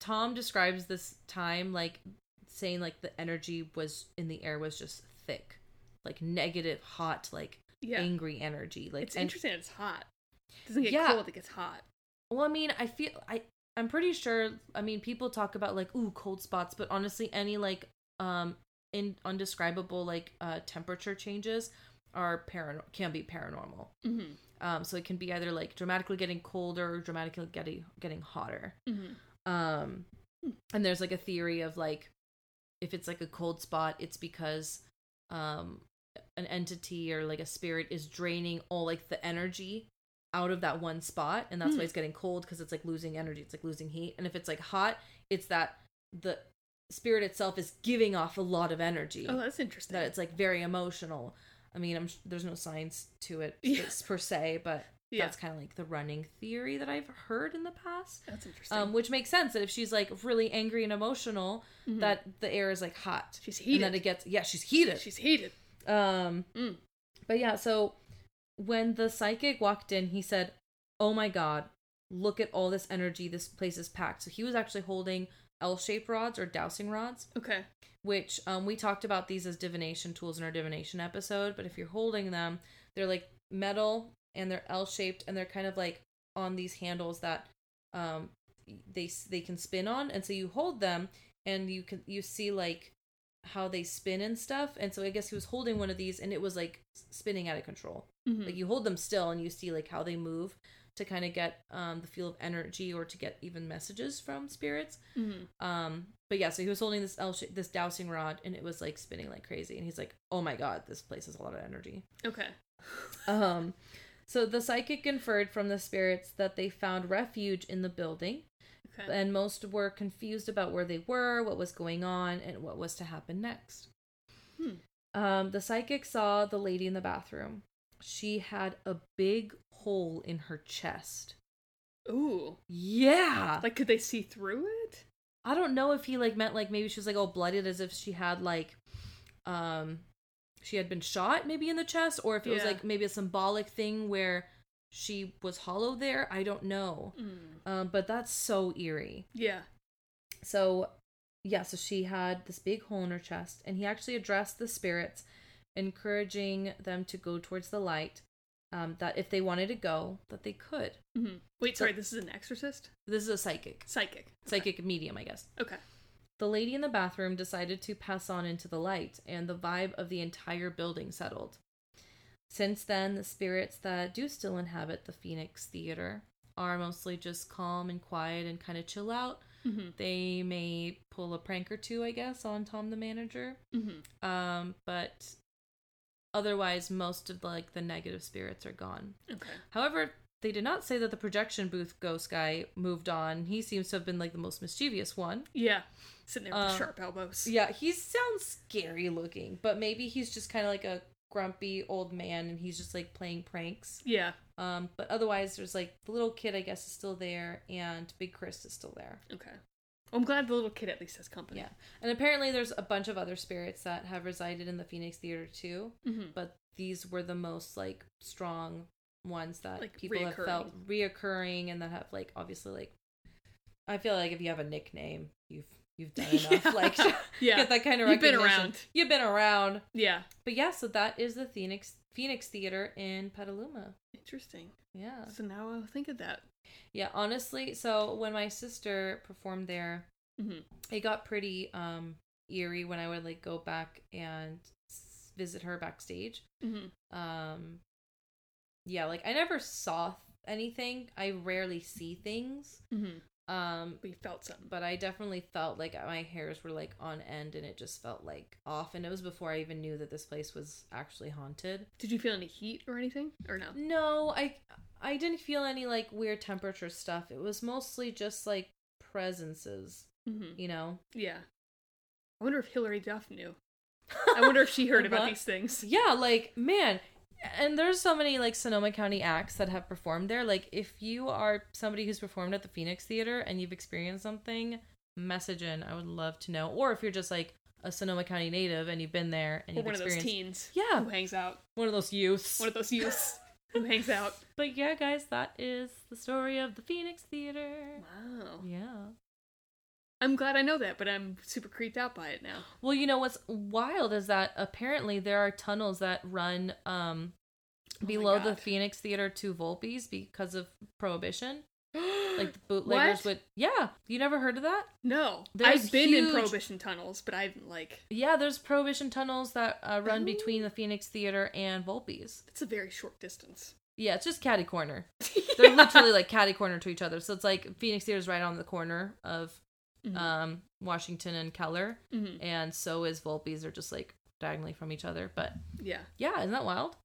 Tom describes this time like saying like the energy was in the air was just thick, like negative, hot, like
Yeah.
angry energy. Like
it's
and-
interesting. It's hot. It doesn't get
Yeah.
cold. It gets hot.
Well, I mean, I feel I I'm pretty sure. I mean, people talk about like ooh cold spots, but honestly, any like um in undescribable like uh temperature changes are paran can be paranormal.
Mm-hmm.
Um, so it can be either like dramatically getting colder or dramatically getting getting hotter.
Mm-hmm.
Um,
Hmm.
and there's like a theory of like if it's like a cold spot, it's because um an entity or like a spirit is draining all like the energy out of that one spot and that's
Hmm.
why it's getting cold because it's like losing energy it's like losing heat and if it's like hot it's that the spirit itself is giving off a lot of energy
Oh, that's interesting.
that it's like very emotional i mean i'm s- there's no science to it
Yeah.
s- per se but
yeah.
that's kind of like the running theory that i've heard in the past
That's interesting.
um, which makes sense that if she's like really angry and emotional,
Mhm.
that the air is like hot.
she's
and
heated.
then it gets yeah, she's heated.
she's heated.
um,
Mm.
but yeah, so when the psychic walked in, he said, "Oh my god, look at all this energy. This place is packed." So he was actually holding L-shaped rods or dowsing rods,
Okay.
which um, we talked about these as divination tools in our divination episode. But if you're holding them, they're like metal and they're L-shaped and they're kind of like on these handles that um, they s- they can spin on, and so you hold them and you can you see like how they spin and stuff. And so I guess he was holding one of these and it was like s- spinning out of control.
Mhm.
Like you hold them still and you see like how they move to kind of get um, the feel of energy or to get even messages from spirits.
Mhm.
Um, but yeah, so he was holding this L shape, this dowsing rod, and it was like spinning like crazy. And he's like, "Oh my god, this place has a lot of energy."
Okay.
Um, so the psychic inferred from the spirits that they found refuge in the building,
Okay.
and most were confused about where they were, what was going on, and what was to happen next.
Hmm.
Um, the psychic saw the lady in the bathroom. She had a big hole in her chest.
Ooh.
Yeah.
Like, could they see through it?
I don't know if he like meant like maybe she was like all blooded as if she had like um she had been shot maybe in the chest or if it was
Yeah.
like maybe a symbolic thing where she was hollow there. I don't know.
Mm.
Um but that's so eerie.
Yeah.
So yeah, so she had this big hole in her chest and he actually addressed the spirits encouraging them to go towards the light um that if they wanted to go that they could.
Mhm. Wait,
So-
sorry. This is an exorcist?
This is a psychic.
Psychic.
Psychic medium, I guess.
Okay.
The lady in the bathroom decided to pass on into the light, and the vibe of the entire building settled. Since then, the spirits that do still inhabit the Phoenix Theater are mostly just calm and quiet and kind of chill out.
hmm
They may pull a prank or two, I guess, on Tom the manager.
hmm
Um, but otherwise, most of like the negative spirits are gone.
Okay.
However, they did not say that the projection booth ghost guy moved on. He seems to have been like the most mischievous one.
Yeah. Sitting there with
Um,
the sharp elbows.
Yeah, he sounds scary looking, but maybe he's just kind of like a grumpy old man and he's just like playing pranks.
Yeah.
Um, but otherwise, there's like the little kid, I guess, is still there and Big Chris is still there.
Okay. Well, I'm glad the little kid at least has company.
Yeah. And apparently, there's a bunch of other spirits that have resided in the Phoenix Theater too,
hmm
but these were the most like strong ones that
Like,
people have felt reoccurring and that have like obviously like. I feel like if you have a nickname, you've you've done enough.
Yeah.
Like
Yeah.
get that kind of
You've been
recognition.
around.
You've been around.
Yeah.
But yeah, so that is the Phoenix Phoenix Theater in Petaluma.
Interesting.
Yeah.
So now I'll think of that.
Yeah, honestly, so when my sister performed there,
hmm
it got pretty um eerie when I would like go back and s- visit her backstage.
hmm
Um yeah, like I never saw anything. I rarely see things.
hmm
Um
We felt something.
but I definitely felt like my hairs were like on end and it just felt like off and it was before I even knew that this place was actually haunted.
Did you feel any heat or anything? Or no?
No, I I didn't feel any like weird temperature stuff. It was mostly just like presences,
hmm
you know.
Yeah. I wonder if Hillary Duff knew. I wonder if she heard
Like
about
what?
these things.
Yeah, like man, and there's so many like Sonoma County acts that have performed there. Like if you are somebody who's performed at the Phoenix Theater and you've experienced something, message in. I would love to know. Or if you're just like a Sonoma County native and you've been there and
Or
you've
one of those
experienced
teens
Yeah,
who hangs out.
one of those youths.
One of those youths who hangs out.
But yeah, guys, that is the story of the Phoenix Theater.
Wow.
Yeah.
I'm glad I know that, but I'm super creeped out by it now.
Well, you know what's wild is that apparently there are tunnels that run um
Oh my
below the
God.
Phoenix Theater to Volpe's because of prohibition. like the bootleggers
What?
would yeah you never heard of that
no,
There's
I've been in
huge-
prohibition tunnels, but I haven't like
yeah there's prohibition tunnels that uh, run
Ooh.
between the phoenix theater and volpe's
it's a very short distance.
yeah it's just catty corner they're literally like catty corner to each other so it's like phoenix theater's right on the corner of
Mhm.
um washington and keller
Mhm.
and so is volpe's they're just like diagonally from each other but
Yeah,
yeah isn't that wild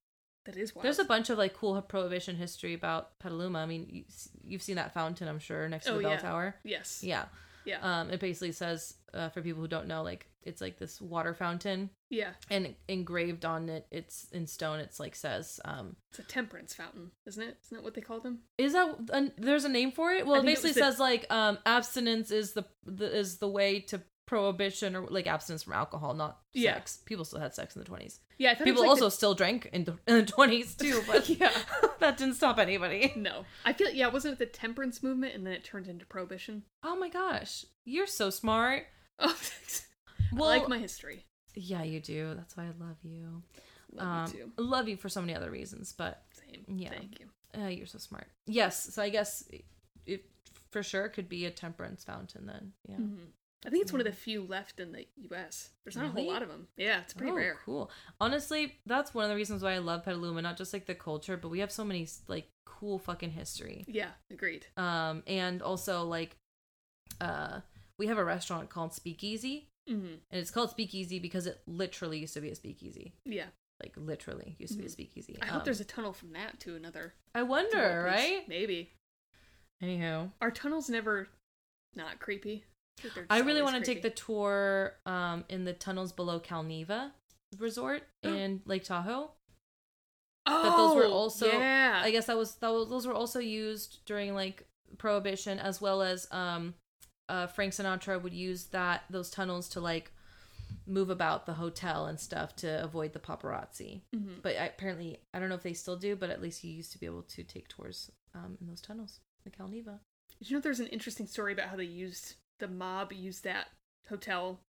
that is wild.
there's a bunch of like cool prohibition history about petaluma i mean you- you've seen that fountain i'm sure next to the
Oh,
bell
yeah.
tower
yes.
yeah
Yeah.
um it basically says uh, for people who don't know like it's like this water fountain
yeah.
and engraved on it it's in stone it's like says um
It's a temperance fountain, isn't it? Isn't that what they call them?
is that an, there's a name for it well it
think it
basically
was the-
says like um abstinence is the, the is the way to prohibition or like abstinence from alcohol not
Yeah.
sex people still had sex in the 20s
Yeah, I thought it
people
was, like,
also still drank in the, in the 20s too but
Yeah.
that didn't stop anybody
the- no. I feel yeah, wasn't it the temperance movement and then it turned into prohibition?
oh my gosh you're so smart
Oh,
well
I like my history.
yeah you do that's why i love you
Love
um,
you too.
love you for so many other reasons, but
Same.
yeah.
Thank you.
uh, you're so smart. Yes, so I guess it for sure could be a temperance fountain then. Yeah.
Mhm. I think it's one of the few left in the U.S. There's not a
Really?
whole lot of them. Yeah, it's pretty
Oh,
rare.
cool. Honestly, that's one of the reasons why I love Petaluma. Not just like the culture, but we have so many like cool fucking history.
Yeah, agreed.
Um, and also like, uh, we have a restaurant called Speakeasy,
hmm
and it's called Speakeasy because it literally used to be a speakeasy.
Yeah,
Like literally used to be a
Mhm.
speakeasy.
I hope
Um,
there's a tunnel from that to another.
I wonder,
development.
right?
Maybe
Anywho,
are tunnels never not creepy? Like, they're
I
just
really
always
want to take the
creepy.
tour um, in the tunnels below Calneva Resort in Lake Tahoe.
Oh,
but those were also-
yeah.
I guess that was, that was those were also used during like Prohibition, as well as um, uh, Frank Sinatra would use that those tunnels to like move about the hotel and stuff to avoid the paparazzi.
Mhm.
But I, apparently, I don't know if they still do, but at least you used to be able to take tours um, in those tunnels, the Calneva.
Did you know there's an interesting story about how they used the mob used that hotel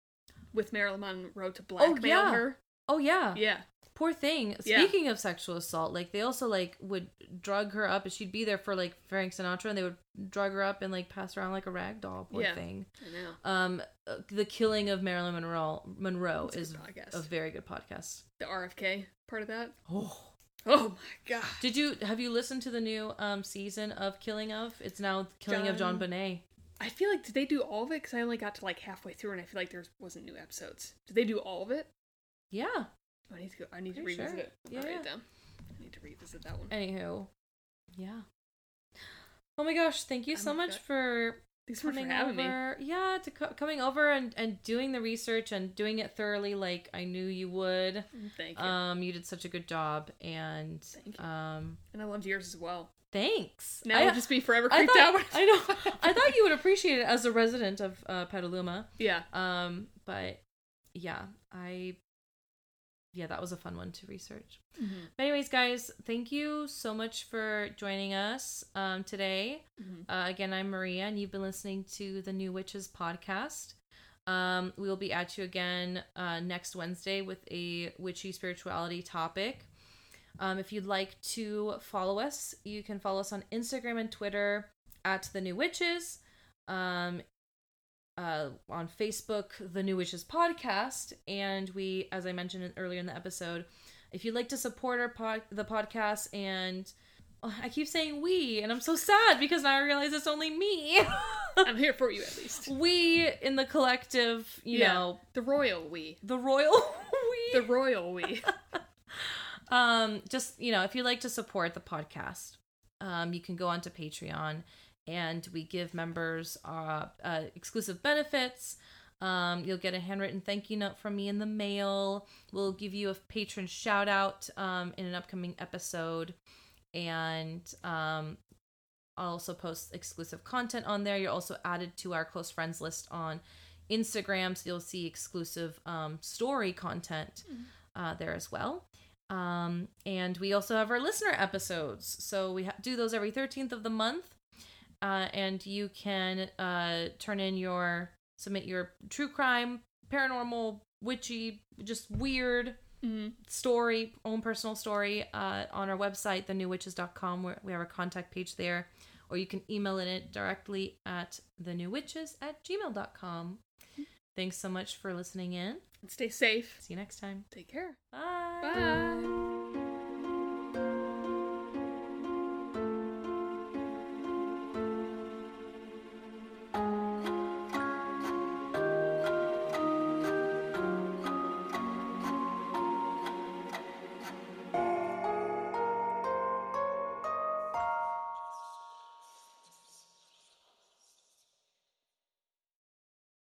with Marilyn Monroe to blackmail
yeah.
her?
Oh yeah,
Yeah,
Poor thing.
Yeah.
Speaking of sexual assault, like they also like would drug her up and she'd be there for like Frank Sinatra and they would drug her up and like pass her around like a rag doll poor
Yeah.
thing.
I know.
Um uh, the killing of Marilyn Monroe Monroe
That's a
is
good podcast.
a very good podcast.
The RFK part of that.
Oh.
Oh my god.
Did you have you listened to the new um season of Killing of? It's now Killing of John
John-
Bonet.
I feel like did they do all of it? Because I only got to like halfway through, and I feel like there wasn't new episodes. Did they do all of it?
Yeah.
I need to go. I need to
Pretty
revisit
sure.
it. I'm gonna
Yeah,
write
yeah.
it down. I need to revisit that one.
Anywho. Yeah. Oh my gosh, thank you
Oh
so
my
much
God.
for
Thanks so much for
coming
having me.
over yeah to co- coming over and and doing the research and doing it thoroughly like i knew you would
Thank you.
um you did such a good job and
Thank you.
um
and I loved yours as well.
thanks
Now
I,
I'll just be forever
I
creeped
thought-
out.
I know i thought you would appreciate it as a resident of uh petaluma
yeah.
um but yeah i yeah that was a fun one to research but anyways guys thank you so much for joining us um today
Mhm.
Uh, again, I'm Maria, and you've been listening to the New Witches podcast. Um, we will be at you again uh, next Wednesday with a witchy spirituality topic. Um, if you'd like to follow us, you can follow us on Instagram and Twitter at the New Witches, um, uh, on Facebook, the New Witches podcast, and we, as I mentioned earlier in the episode, if you'd like to support our pod, the podcast and Oh, I keep saying we, and I'm so sad because now I realize it's only me.
I'm here for you at least.
we in the collective, you
Yeah.
know,
The royal we.
the royal we.
The royal we.
um, just you know, if you'd like to support the podcast, um, you can go onto Patreon, and we give members uh, uh exclusive benefits. Um, you'll get a handwritten thank you note from me in the mail. We'll give you a patron shout out um, in an upcoming episode. And um, I'll also post exclusive content on there. You're also added to our close friends list on Instagram, so you'll see exclusive um, story content uh, there as well. Um, and we also have our listener episodes. So we ha- do those every 13th of the month. Uh, and you can uh, turn in your, submit your true crime, paranormal, witchy, just weird,
Mhm.
story, own personal story, uh, on our website, thenewwitches.com, where we have a contact page there, or you can email it in directly at thenewwitches at gmail.com. Thanks so much for listening in.
Stay safe.
See you next time.
Take care.
Bye.
Bye.